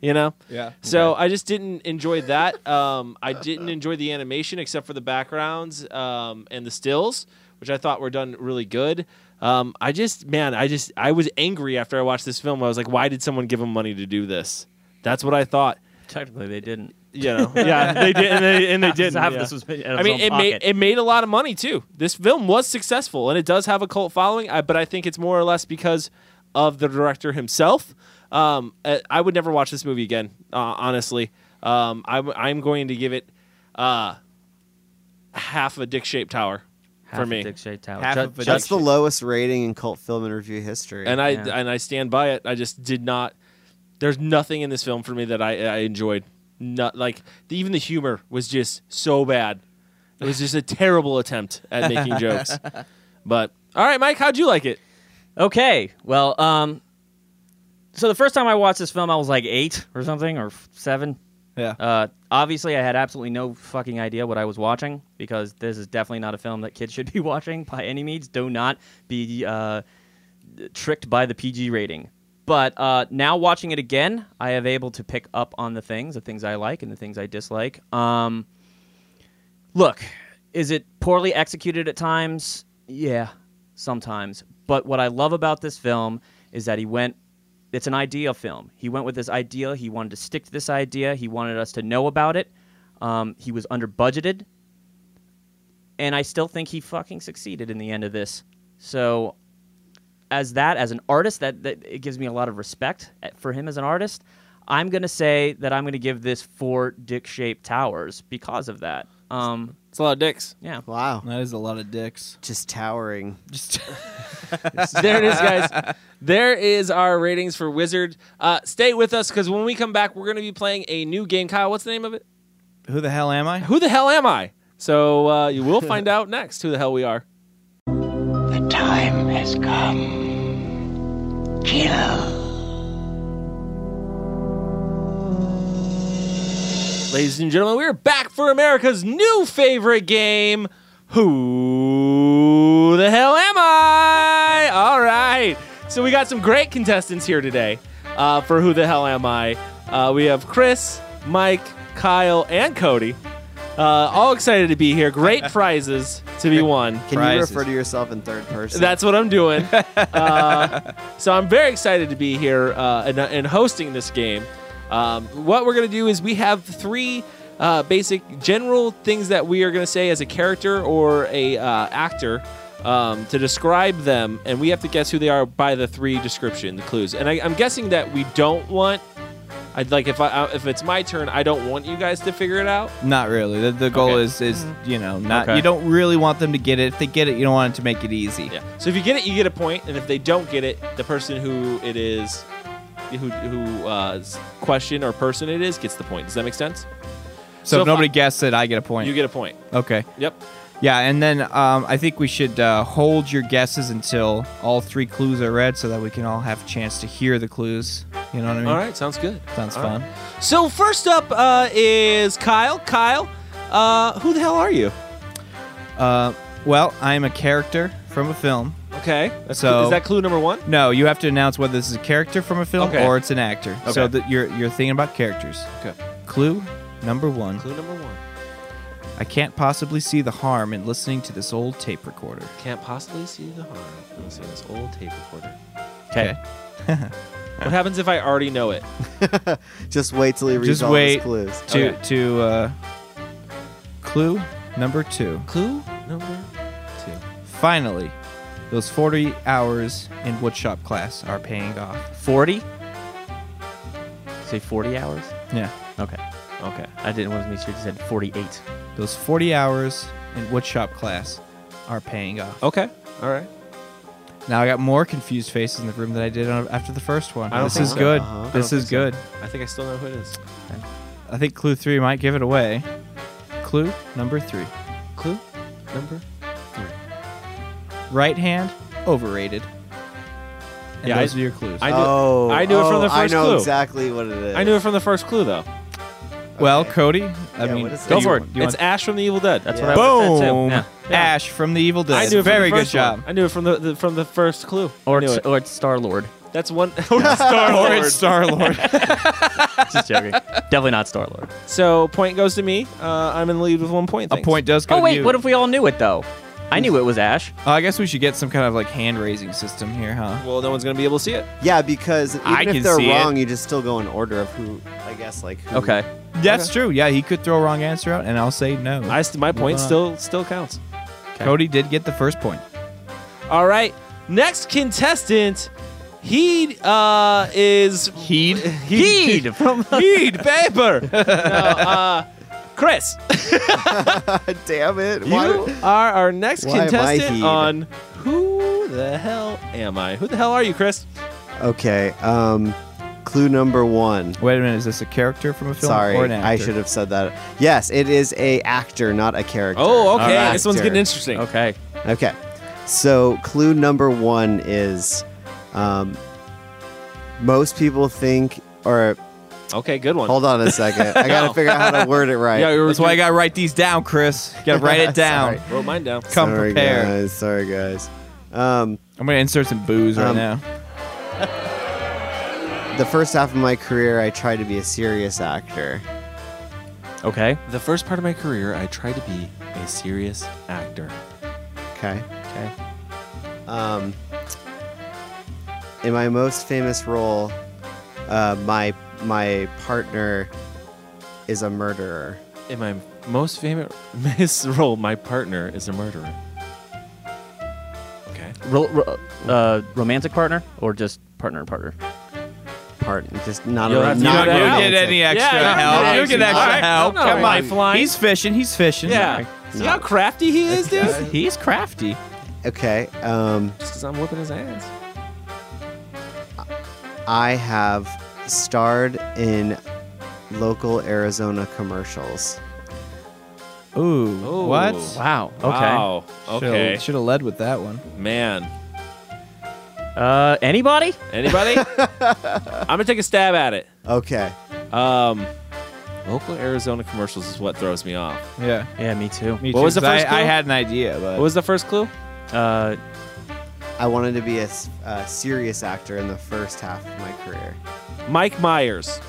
Speaker 1: you know.
Speaker 3: Yeah.
Speaker 1: So I just didn't enjoy that. Um, I didn't enjoy the animation except for the backgrounds um, and the stills, which I thought were done really good. Um, I just, man, I just, I was angry after I watched this film. I was like, why did someone give him money to do this? That's what I thought.
Speaker 4: Technically, they didn't.
Speaker 1: You know, yeah, they did, and they, and they didn't.
Speaker 4: half
Speaker 1: yeah.
Speaker 4: this was made out of
Speaker 1: I
Speaker 4: his
Speaker 1: mean,
Speaker 4: own
Speaker 1: it made
Speaker 4: pocket.
Speaker 1: it made a lot of money too. This film was successful, and it does have a cult following. I, but I think it's more or less because of the director himself. Um, I, I would never watch this movie again, uh, honestly. Um, I, am going to give it uh, half a dick-shaped tower for me,
Speaker 4: Dick shaped tower.
Speaker 3: Half
Speaker 4: Oh, Ju-
Speaker 3: of a
Speaker 4: ju-
Speaker 3: dick-
Speaker 6: That's the lowest rating in cult film and review history.
Speaker 1: and I
Speaker 4: Yeah.
Speaker 1: and I stand by it. I just did not. There's nothing in this film for me that I, I enjoyed. Not like the, even the humor was just so bad. It was just a terrible attempt at making jokes. But all right, Mike, how'd you like it?
Speaker 4: Okay. Well, um, so the first time I watched this film, I was like eight or something, or f- seven.
Speaker 3: Yeah.
Speaker 4: Uh, obviously, I had absolutely no fucking idea what I was watching because this is definitely not a film that kids should be watching by any means. Do not be uh, tricked by the PG rating. But uh, now watching it again, I have able to pick up on the things, the things I like and the things I dislike. Um, look, is it poorly executed at times? Yeah, sometimes. But what I love about this film is that he went it's an idea film. He went with this idea, he wanted to stick to this idea, he wanted us to know about it. Um, he was under budgeted. And I still think he fucking succeeded in the end of this. So as that as an artist that, that it gives me a lot of respect uh, for him as an artist. I'm going to say that I'm going to give this 4 dick-shaped towers because of that. Um
Speaker 1: it's a lot of dicks.
Speaker 4: Yeah.
Speaker 6: Wow.
Speaker 3: That is a lot of dicks.
Speaker 6: Just towering.
Speaker 3: Just
Speaker 1: there it is, guys. There is our ratings for Wizard. Uh, stay with us because when we come back, we're going to be playing a new game. Kyle, what's the name of it?
Speaker 3: Who the hell am I?
Speaker 1: Who the hell am I? So uh, you will find out next who the hell we are.
Speaker 7: The time has come. Kill.
Speaker 1: Ladies and gentlemen, we're back for America's new favorite game. Who the hell am I? All right. So we got some great contestants here today uh, for Who the Hell Am I. Uh, we have Chris, Mike, Kyle, and Cody. Uh, all excited to be here. Great prizes to be won.
Speaker 6: Can you refer to yourself in third person?
Speaker 1: That's what I'm doing. Uh, so I'm very excited to be here uh, and, and hosting this game. Um, what we're going to do is we have three uh, basic general things that we are going to say as a character or a uh, actor um, to describe them, and we have to guess who they are by the three description clues. And I, I'm guessing that we don't want. I'd like if I I- if it's my turn, I don't want you guys to figure it out.
Speaker 3: Not really. The, the goal
Speaker 1: Okay.
Speaker 3: is is you know not
Speaker 4: Okay.
Speaker 3: you don't really want them to get it. If they get it, you don't want it to make it easy.
Speaker 1: Yeah. So if you get it, you get a point, and if they don't get it, the person who it is, who who uh, question or person it is, gets the point. Does that make sense? So
Speaker 3: So, if
Speaker 1: if
Speaker 3: nobody guesses it, I get a point.
Speaker 1: You get a point.
Speaker 3: okay.
Speaker 1: Yep.
Speaker 3: Yeah, and then um, I think we should uh, hold your guesses until all three clues are read, so that we can all have a chance to hear the clues. You know what I mean?
Speaker 1: All right. Sounds good.
Speaker 3: Sounds
Speaker 1: All
Speaker 3: fun.
Speaker 1: So first up uh, is Kyle. Kyle, uh, who the hell are you?
Speaker 3: Uh, well, I am a character from a film.
Speaker 1: Okay. That's
Speaker 3: So-
Speaker 1: cl- is that clue number one?
Speaker 3: No, you have to announce whether this is a character from a film
Speaker 1: Okay.
Speaker 3: or it's an actor. So
Speaker 1: Okay.
Speaker 3: that you're you're thinking about characters.
Speaker 1: Okay.
Speaker 3: Clue number one.
Speaker 1: Clue number one.
Speaker 3: I can't possibly see the harm in listening to this old tape recorder.
Speaker 1: Can't possibly see the harm. Let's see this old tape recorder.
Speaker 4: Okay.
Speaker 1: What happens if I already know it?
Speaker 6: Just wait till he reads
Speaker 3: Just
Speaker 6: all
Speaker 3: wait
Speaker 6: his clues.
Speaker 3: to
Speaker 1: Okay.
Speaker 3: to uh, clue number two.
Speaker 1: Clue number two.
Speaker 3: Finally, those 40 hours in woodshop class are paying off.
Speaker 4: 40? Say 40 hours?
Speaker 3: Yeah,
Speaker 4: Okay. Okay. I didn't want to make sure you said 48.
Speaker 3: those 40 hours in woodshop class are paying off.
Speaker 1: Okay. All right.
Speaker 3: Now I got more confused faces in the room than I did on- after the first one.
Speaker 1: I don't
Speaker 3: this
Speaker 1: think
Speaker 3: is
Speaker 1: so.
Speaker 3: good.
Speaker 6: Uh-huh. I
Speaker 3: This
Speaker 1: don't
Speaker 3: is
Speaker 1: think so.
Speaker 3: good.
Speaker 1: I think I still know who it is.
Speaker 3: I think clue three might give it away. Clue number three.
Speaker 1: Clue number.
Speaker 3: Right hand, overrated. And
Speaker 1: Yeah, I-
Speaker 3: those are your clues.
Speaker 1: I knew,
Speaker 6: oh,
Speaker 1: I knew it from
Speaker 6: oh,
Speaker 1: the
Speaker 6: I
Speaker 1: first
Speaker 6: know
Speaker 1: clue.
Speaker 6: exactly what it is.
Speaker 1: I knew it from the first clue though.
Speaker 3: well,
Speaker 6: okay.
Speaker 3: Cody, I
Speaker 6: Yeah,
Speaker 3: mean,
Speaker 6: what is
Speaker 3: do
Speaker 6: it?
Speaker 3: you-
Speaker 4: Go for it.
Speaker 3: do you
Speaker 1: it's
Speaker 3: want-
Speaker 1: Ash from the Evil Dead.
Speaker 4: That's
Speaker 6: Yeah.
Speaker 4: what I would have said
Speaker 3: Boom!
Speaker 4: too. Yeah.
Speaker 3: Ash from the Evil Dead.
Speaker 1: I knew it from
Speaker 3: Very
Speaker 1: the
Speaker 3: good
Speaker 1: first one.
Speaker 3: job.
Speaker 1: I knew it from the, the from the first clue.
Speaker 4: Or
Speaker 1: I knew
Speaker 4: it's,
Speaker 1: it.
Speaker 4: or it's Star Lord.
Speaker 1: That's one. Star Lord.
Speaker 3: Star Lord.
Speaker 4: Just joking. Definitely not Star Lord.
Speaker 1: So point goes to me. Uh, I'm in the lead with one point.
Speaker 3: A
Speaker 1: thanks.
Speaker 3: point does go.
Speaker 4: Oh
Speaker 3: to
Speaker 4: wait,
Speaker 3: you.
Speaker 4: what if we all knew it though? I knew it was Ash.
Speaker 3: Uh, I guess we should get some kind of like hand raising system here, huh?
Speaker 1: Well, no one's gonna be able to see it.
Speaker 6: Yeah, because even
Speaker 3: I can
Speaker 6: if they're
Speaker 3: see it.
Speaker 6: wrong, you just still go in order of who. I guess like who.
Speaker 4: Okay.
Speaker 3: That's true. Yeah, he could throw a wrong answer out, and I'll say no.
Speaker 1: I st- my point
Speaker 3: on.
Speaker 1: still still counts.
Speaker 3: Cody did get the first point.
Speaker 1: All right. Next contestant. Heed uh, is
Speaker 3: Heed.
Speaker 1: heed from heed paper. No, uh, Chris,
Speaker 6: Damn it!
Speaker 1: you
Speaker 6: Why?
Speaker 1: are our next
Speaker 6: Why am I
Speaker 1: contestant
Speaker 6: Heed?
Speaker 1: on Who the Hell Am I? Who the hell are you, Chris?
Speaker 6: Okay. Um, clue number one.
Speaker 3: Wait a minute, is this a character from a film
Speaker 6: Sorry,
Speaker 3: or an actor?
Speaker 6: I should have said that. Yes, it is a actor, not a character.
Speaker 1: Oh, okay.
Speaker 6: An
Speaker 1: This one's
Speaker 6: actor.
Speaker 1: getting interesting.
Speaker 4: Okay.
Speaker 6: Okay. So clue number one is um, most people think, or
Speaker 1: Okay, good one.
Speaker 6: hold on a second. I got to figure out how to word it right.
Speaker 1: Yeah,
Speaker 3: That's why I gotta write these down, Chris. You gotta write it down.
Speaker 1: wrote mine down.
Speaker 3: Come
Speaker 6: Sorry,
Speaker 3: prepared.
Speaker 6: guys. Sorry, guys. Um,
Speaker 3: Um, I'm gonna insert some booze right
Speaker 6: Um,
Speaker 3: now.
Speaker 6: the first half of my career, I tried to be a serious actor.
Speaker 4: Okay.
Speaker 1: The first part of my career, I tried to be a serious actor.
Speaker 6: Okay.
Speaker 4: Okay.
Speaker 6: Um, in my most famous role, uh, my my partner is a murderer.
Speaker 1: In my most famous role, my partner is a murderer. Okay.
Speaker 4: Ro- ro- uh, romantic partner or just partner and partner?
Speaker 6: Part just not
Speaker 4: You'll
Speaker 6: a
Speaker 4: have to
Speaker 6: not
Speaker 4: do that.
Speaker 6: a
Speaker 4: You
Speaker 6: romantic.
Speaker 3: Get any extra
Speaker 1: Yeah,
Speaker 3: help?
Speaker 1: yeah,
Speaker 3: you get extra
Speaker 1: yeah.
Speaker 3: help.
Speaker 1: No,
Speaker 3: Come on,
Speaker 1: lifeline.
Speaker 3: he's fishing. He's fishing.
Speaker 1: Yeah. See how crafty he is, dude?
Speaker 3: He's- he's crafty.
Speaker 6: Okay. Um,
Speaker 1: Just because I'm whipping his ass.
Speaker 6: I have starred in local Arizona commercials.
Speaker 3: Ooh, what?
Speaker 4: Wow. Okay.
Speaker 1: Wow. Okay.
Speaker 3: Should have led with that one.
Speaker 1: Man.
Speaker 4: Uh, anybody?
Speaker 1: Anybody? I'm going to take a stab at it.
Speaker 6: Okay.
Speaker 1: Um, local Arizona commercials is what throws me off.
Speaker 3: Yeah.
Speaker 4: Yeah, me too.
Speaker 3: Me
Speaker 1: What
Speaker 3: too,
Speaker 1: was the
Speaker 3: 'cause I-
Speaker 1: first clue?
Speaker 3: I, had an idea, but
Speaker 1: What was the first clue?
Speaker 4: Uh,
Speaker 6: I wanted to be a, s- a serious actor in the first half of my career.
Speaker 1: Mike Myers.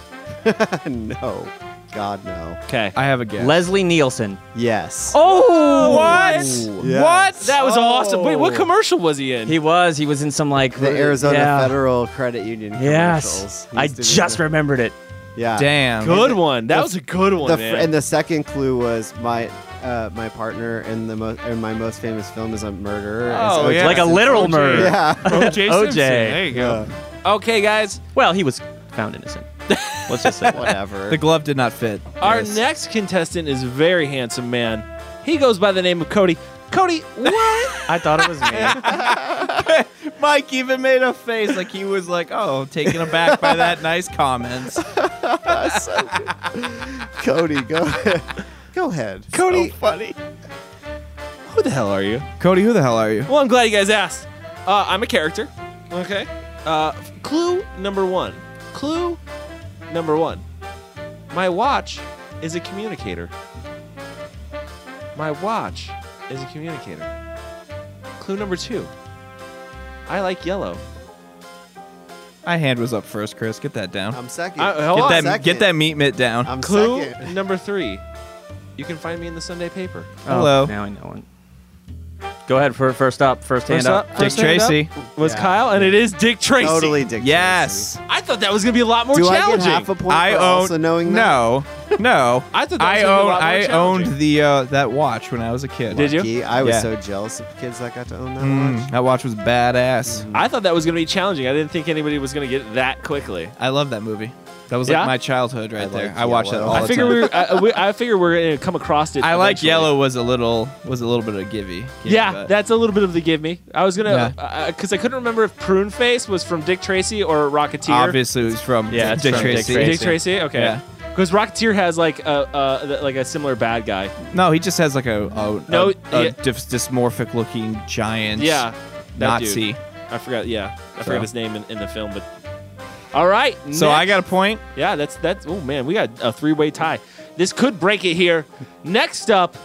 Speaker 6: no, God no.
Speaker 1: Okay.
Speaker 3: I have a guess.
Speaker 4: Leslie Nielsen.
Speaker 6: Yes.
Speaker 1: Oh, what?
Speaker 6: Yes.
Speaker 1: That was awesome. Wait, what
Speaker 6: Oh.
Speaker 1: commercial was he in?
Speaker 4: He was. He was in some like
Speaker 6: The Arizona
Speaker 4: yeah.
Speaker 6: Federal Credit Union commercials.
Speaker 4: Yes.
Speaker 6: He
Speaker 4: I
Speaker 6: used to be
Speaker 4: just
Speaker 6: the-
Speaker 4: remembered it.
Speaker 6: yeah.
Speaker 3: Damn.
Speaker 1: good one. That was a good one,
Speaker 6: The fr-
Speaker 1: man.
Speaker 6: and the second clue was my uh, my partner in the most in my most famous film is a murderer.
Speaker 3: Oh,
Speaker 6: It's O.J.
Speaker 3: yeah.
Speaker 4: Like a literal
Speaker 3: OJ.
Speaker 4: murder.
Speaker 6: Yeah.
Speaker 3: OJ.
Speaker 4: OJ.
Speaker 3: Simpson. There you go.
Speaker 1: okay, guys.
Speaker 4: Well, he was found innocent. Let's just say that.
Speaker 6: Whatever.
Speaker 3: The glove did not fit.
Speaker 1: Our
Speaker 3: Yes.
Speaker 1: next contestant is a very handsome man. He goes by the name of Cody. Cody, what?
Speaker 4: I thought it was me.
Speaker 3: Mike even made a face like he was like, oh, taken aback by that nice comments.
Speaker 6: Cody, go ahead. go ahead. Oh,
Speaker 1: Cody, funny. Who the hell are you?
Speaker 3: Cody, who the hell are you?
Speaker 1: Well, I'm glad you guys asked. Uh, I'm a character. Okay. Uh, clue number one. Clue number one. My watch is a communicator. My watch is a communicator. Clue number two. I like yellow.
Speaker 3: My hand was up first, Chris. Get that down.
Speaker 6: I'm second.
Speaker 1: I- hold
Speaker 3: get
Speaker 1: on.
Speaker 3: that
Speaker 6: Oh, second. Oh,
Speaker 3: get that meat mitt down.
Speaker 6: I'm
Speaker 1: Clue
Speaker 6: second.
Speaker 1: number three. You can find me in the Sunday paper.
Speaker 3: Hello.
Speaker 4: Oh, now I know it. Go ahead for first up. First, hand up.
Speaker 3: Dick
Speaker 1: hand
Speaker 3: Tracy.
Speaker 1: up was
Speaker 6: Yeah.
Speaker 1: Kyle, and it is Dick Tracy.
Speaker 6: Totally Dick
Speaker 3: Yes.
Speaker 1: I thought that was gonna be a lot more
Speaker 6: Tracy. Do I get
Speaker 1: challenging.
Speaker 6: half a point
Speaker 3: I
Speaker 6: for
Speaker 3: own
Speaker 6: also knowing that?
Speaker 3: no, no.
Speaker 1: I thought that was gonna be
Speaker 3: I
Speaker 1: a lot
Speaker 3: own
Speaker 1: more
Speaker 3: I
Speaker 1: challenging.
Speaker 3: owned the uh, that watch when I was a kid.
Speaker 1: Did you?
Speaker 6: Gee, I was
Speaker 3: Yeah.
Speaker 6: so jealous of kids that got to own that
Speaker 3: Mm,
Speaker 6: watch.
Speaker 3: that watch was badass.
Speaker 1: I thought that was going to be challenging. I didn't think anybody was going to get it that quickly.
Speaker 3: I love that movie. That was
Speaker 1: Yeah?
Speaker 3: like my childhood right
Speaker 6: I
Speaker 3: there.
Speaker 6: like
Speaker 3: I watched that
Speaker 6: Yellow.
Speaker 3: all
Speaker 1: I
Speaker 3: the
Speaker 1: figure
Speaker 3: time.
Speaker 1: we, I, we, I figure we're going to come across it.
Speaker 3: I like
Speaker 1: eventually.
Speaker 3: yellow was a little was a little bit of a givey. givey,
Speaker 1: Yeah,
Speaker 3: but-
Speaker 1: that's a little bit of the give me. I was gonna
Speaker 3: Yeah.
Speaker 1: because I couldn't remember if Prune Face was from Dick Tracy or Rocketeer.
Speaker 3: obviously it was from
Speaker 4: Yeah, it's
Speaker 3: Dick,
Speaker 4: from Dick
Speaker 3: Tracy.
Speaker 4: Tracy.
Speaker 1: Dick Tracy. Okay.
Speaker 3: Yeah.
Speaker 1: Because Rocketeer has like a uh, th- like a similar bad guy.
Speaker 3: No, he just has like a a,
Speaker 1: No,
Speaker 3: a, a
Speaker 1: yeah.
Speaker 3: dys- dysmorphic looking giant.
Speaker 1: Yeah, that dude.
Speaker 3: Nazi.
Speaker 1: I forgot. Yeah, I
Speaker 3: So.
Speaker 1: forgot his name in, in the film. But all right.
Speaker 3: So
Speaker 1: next.
Speaker 3: I got a point.
Speaker 1: Yeah, that's that's. Oh man, we got a three-way tie. This could break it here. Next up,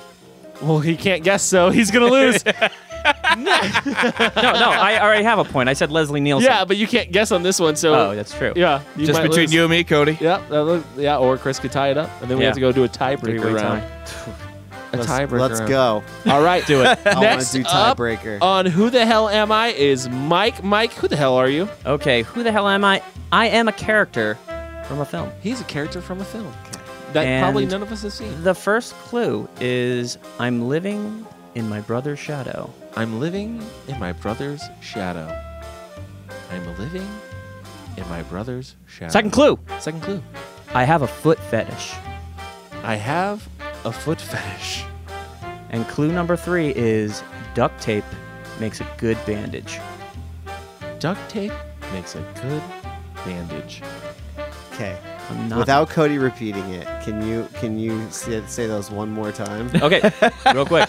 Speaker 1: well, he can't guess, so he's gonna lose.
Speaker 4: No, no. I already have a point. I said Leslie Nielsen.
Speaker 1: yeah, but you can't guess on this one, so
Speaker 4: Oh, that's true.
Speaker 1: yeah, you
Speaker 3: just
Speaker 1: might
Speaker 3: between
Speaker 1: lose.
Speaker 3: you and me, Cody.
Speaker 1: Yeah, that look, yeah, or Chris could tie it up, and then we
Speaker 4: Yeah.
Speaker 1: have to go do a tiebreaker
Speaker 4: Three-way
Speaker 1: round.
Speaker 4: tie.
Speaker 1: A tiebreaker.
Speaker 6: Let's
Speaker 1: round.
Speaker 6: go.
Speaker 1: All right, do it.
Speaker 6: I want to
Speaker 1: Next
Speaker 6: do
Speaker 1: up
Speaker 6: tiebreaker.
Speaker 1: on who the hell am I is Mike. Mike, who the hell are you?
Speaker 4: Okay, who the hell am I? I am a character from a film.
Speaker 1: He's a character from a film that
Speaker 4: And-
Speaker 1: probably none of us have seen.
Speaker 4: The first clue is I'm living in my brother's shadow.
Speaker 1: I'm living in my brother's shadow. I'm living in my brother's shadow.
Speaker 4: Second clue
Speaker 1: Second clue.
Speaker 4: I have a foot fetish.
Speaker 1: I have a foot fetish.
Speaker 4: And clue number three is duct tape makes a good bandage.
Speaker 1: Duct tape makes a good bandage.
Speaker 6: Okay.
Speaker 4: I'm not.
Speaker 6: Without Cody repeating it, can you can you say, say those one more time?
Speaker 4: okay, real quick.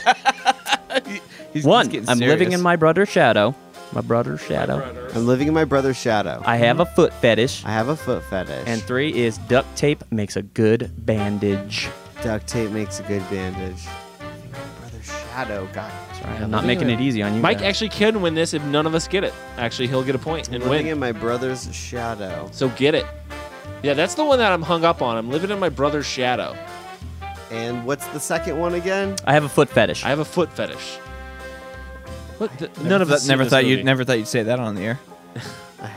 Speaker 3: He's,
Speaker 4: One,
Speaker 3: he's getting
Speaker 4: I'm living
Speaker 3: serious.
Speaker 4: in my brother's shadow. My brother's shadow.
Speaker 6: I'm living in my brother's shadow.
Speaker 4: I have a foot fetish.
Speaker 6: I have a foot fetish.
Speaker 4: And three is duct tape makes a good bandage.
Speaker 6: duct tape makes a good bandage. Living in my brother's shadow. Shadow guy.
Speaker 4: I'm not making it easy on you.
Speaker 1: Mike
Speaker 4: guys.
Speaker 1: actually can win this if none of us get it. Actually, he'll get a point and win.
Speaker 6: living in my brother's shadow.
Speaker 1: So get it. Yeah, that's the one that I'm hung up on. I'm living in my brother's shadow.
Speaker 6: And what's the second one again?
Speaker 4: I have a foot fetish.
Speaker 1: I have a foot fetish. What? The,
Speaker 3: Never
Speaker 1: none of
Speaker 3: thought-
Speaker 1: us seen
Speaker 3: never
Speaker 1: this
Speaker 3: thought
Speaker 1: movie.
Speaker 3: you'd never thought you'd say that on the air.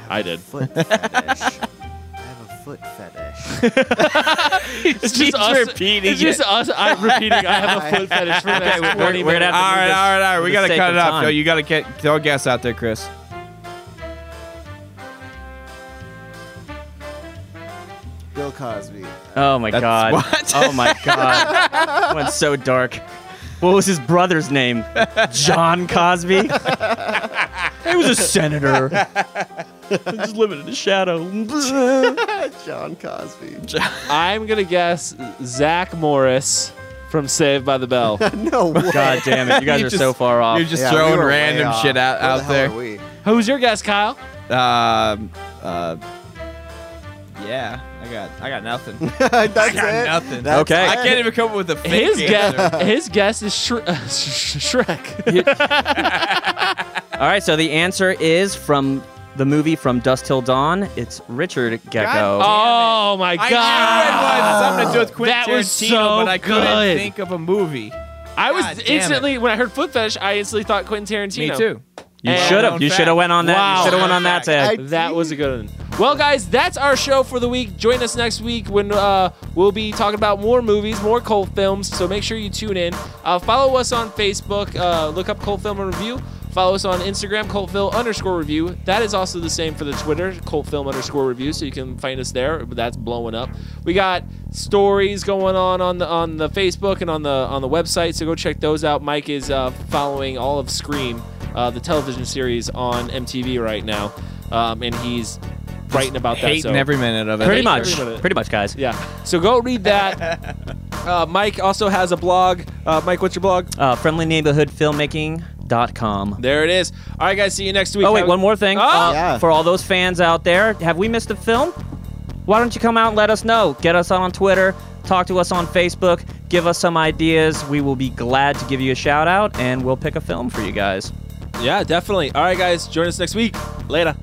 Speaker 1: I did.
Speaker 6: Foot fetish. I have a foot fetish.
Speaker 1: It's just us repeating. It's just us. I'm repeating. I have a foot fetish for the next
Speaker 4: we're-
Speaker 1: 20
Speaker 4: we're gonna
Speaker 1: minutes.
Speaker 4: have to
Speaker 3: All
Speaker 4: move
Speaker 3: right,
Speaker 4: this
Speaker 3: all right, all right.
Speaker 4: for
Speaker 3: We
Speaker 4: the
Speaker 3: gotta
Speaker 4: sake
Speaker 3: cut
Speaker 4: of
Speaker 3: it off,
Speaker 4: time.
Speaker 3: Joe. You gotta get throw a guess out there, Chris.
Speaker 6: Bill Cosby.
Speaker 4: Oh my
Speaker 3: That's
Speaker 4: god.
Speaker 3: what?
Speaker 4: Oh my god. Went so dark. What was his brother's name? John Cosby? he was a senator. I'm just living in the shadow.
Speaker 6: John Cosby.
Speaker 1: I'm gonna guess Zach Morris from Saved by the Bell.
Speaker 6: no way.
Speaker 4: god damn it. You guys
Speaker 3: You
Speaker 4: are
Speaker 3: just-
Speaker 4: so far off.
Speaker 3: You're just
Speaker 6: Yeah, we
Speaker 3: throwing
Speaker 6: were way
Speaker 3: random
Speaker 6: off.
Speaker 3: shit out,
Speaker 6: Where the
Speaker 3: out
Speaker 6: hell
Speaker 3: there.
Speaker 6: are we?
Speaker 1: Who's your guess, Kyle?
Speaker 3: Um, uh, yeah, I got I got nothing.
Speaker 6: That's
Speaker 3: I got
Speaker 6: it.
Speaker 3: nothing.
Speaker 6: That's
Speaker 4: Okay.
Speaker 3: I
Speaker 6: it.
Speaker 3: can't even come up with a fake
Speaker 1: His
Speaker 3: answer.
Speaker 1: guess. His guess is Shre- uh, Sh- Sh- Shrek.
Speaker 4: All right, so the answer is from the movie From Dust Till Dawn. It's Richard Gecko.
Speaker 1: Oh my god!
Speaker 3: I knew it was something to do with Quentin
Speaker 1: That was
Speaker 3: Tarantino,
Speaker 1: so
Speaker 3: but I couldn't
Speaker 1: good.
Speaker 3: think of a movie.
Speaker 1: I was
Speaker 3: God damn it.
Speaker 1: instantly when I heard foot fetish, I instantly thought Quentin Tarantino.
Speaker 3: Me too.
Speaker 4: you
Speaker 1: and-
Speaker 4: should have. You should have went on that.
Speaker 1: Wow.
Speaker 4: You should have went on that tag.
Speaker 1: That was a good one. Well, guys, that's our show for the week. Join us next week when uh, we'll be talking about more movies, more cult films. So make sure you tune in. Uh, follow us on Facebook. Uh, look up Cult Film and Review. Follow us on Instagram, cultfilm underscore review. That is also the same for the Twitter, cultfilm underscore review. So you can find us there. But That's blowing up. We got stories going on on the on the Facebook and on the on the website. So go check those out. Mike is uh, following all of Scream, uh, the television series on MTV right now, um, and he's writing about that. So
Speaker 3: Hating every minute of it.
Speaker 4: Pretty
Speaker 1: Hey,
Speaker 4: much.
Speaker 1: everybody.
Speaker 4: Pretty much, guys.
Speaker 1: yeah, so go read that. Uh, Mike also has a blog. Uh, Mike, what's your blog?
Speaker 4: Uh, friendlyneighborhoodfilmmaking.com.
Speaker 1: There it is. All right, guys. See you next week.
Speaker 4: Oh wait,
Speaker 1: Have-
Speaker 4: one more thing.
Speaker 1: Oh!
Speaker 4: Uh,
Speaker 6: Yeah.
Speaker 4: For all those fans out there, have we missed a film? Why don't you come out and let us know? Get us on Twitter, talk to us on Facebook, give us some ideas. We will be glad to give you a shout out, and we'll pick a film for you guys.
Speaker 1: Yeah, definitely. All right, guys. Join us next week. Later.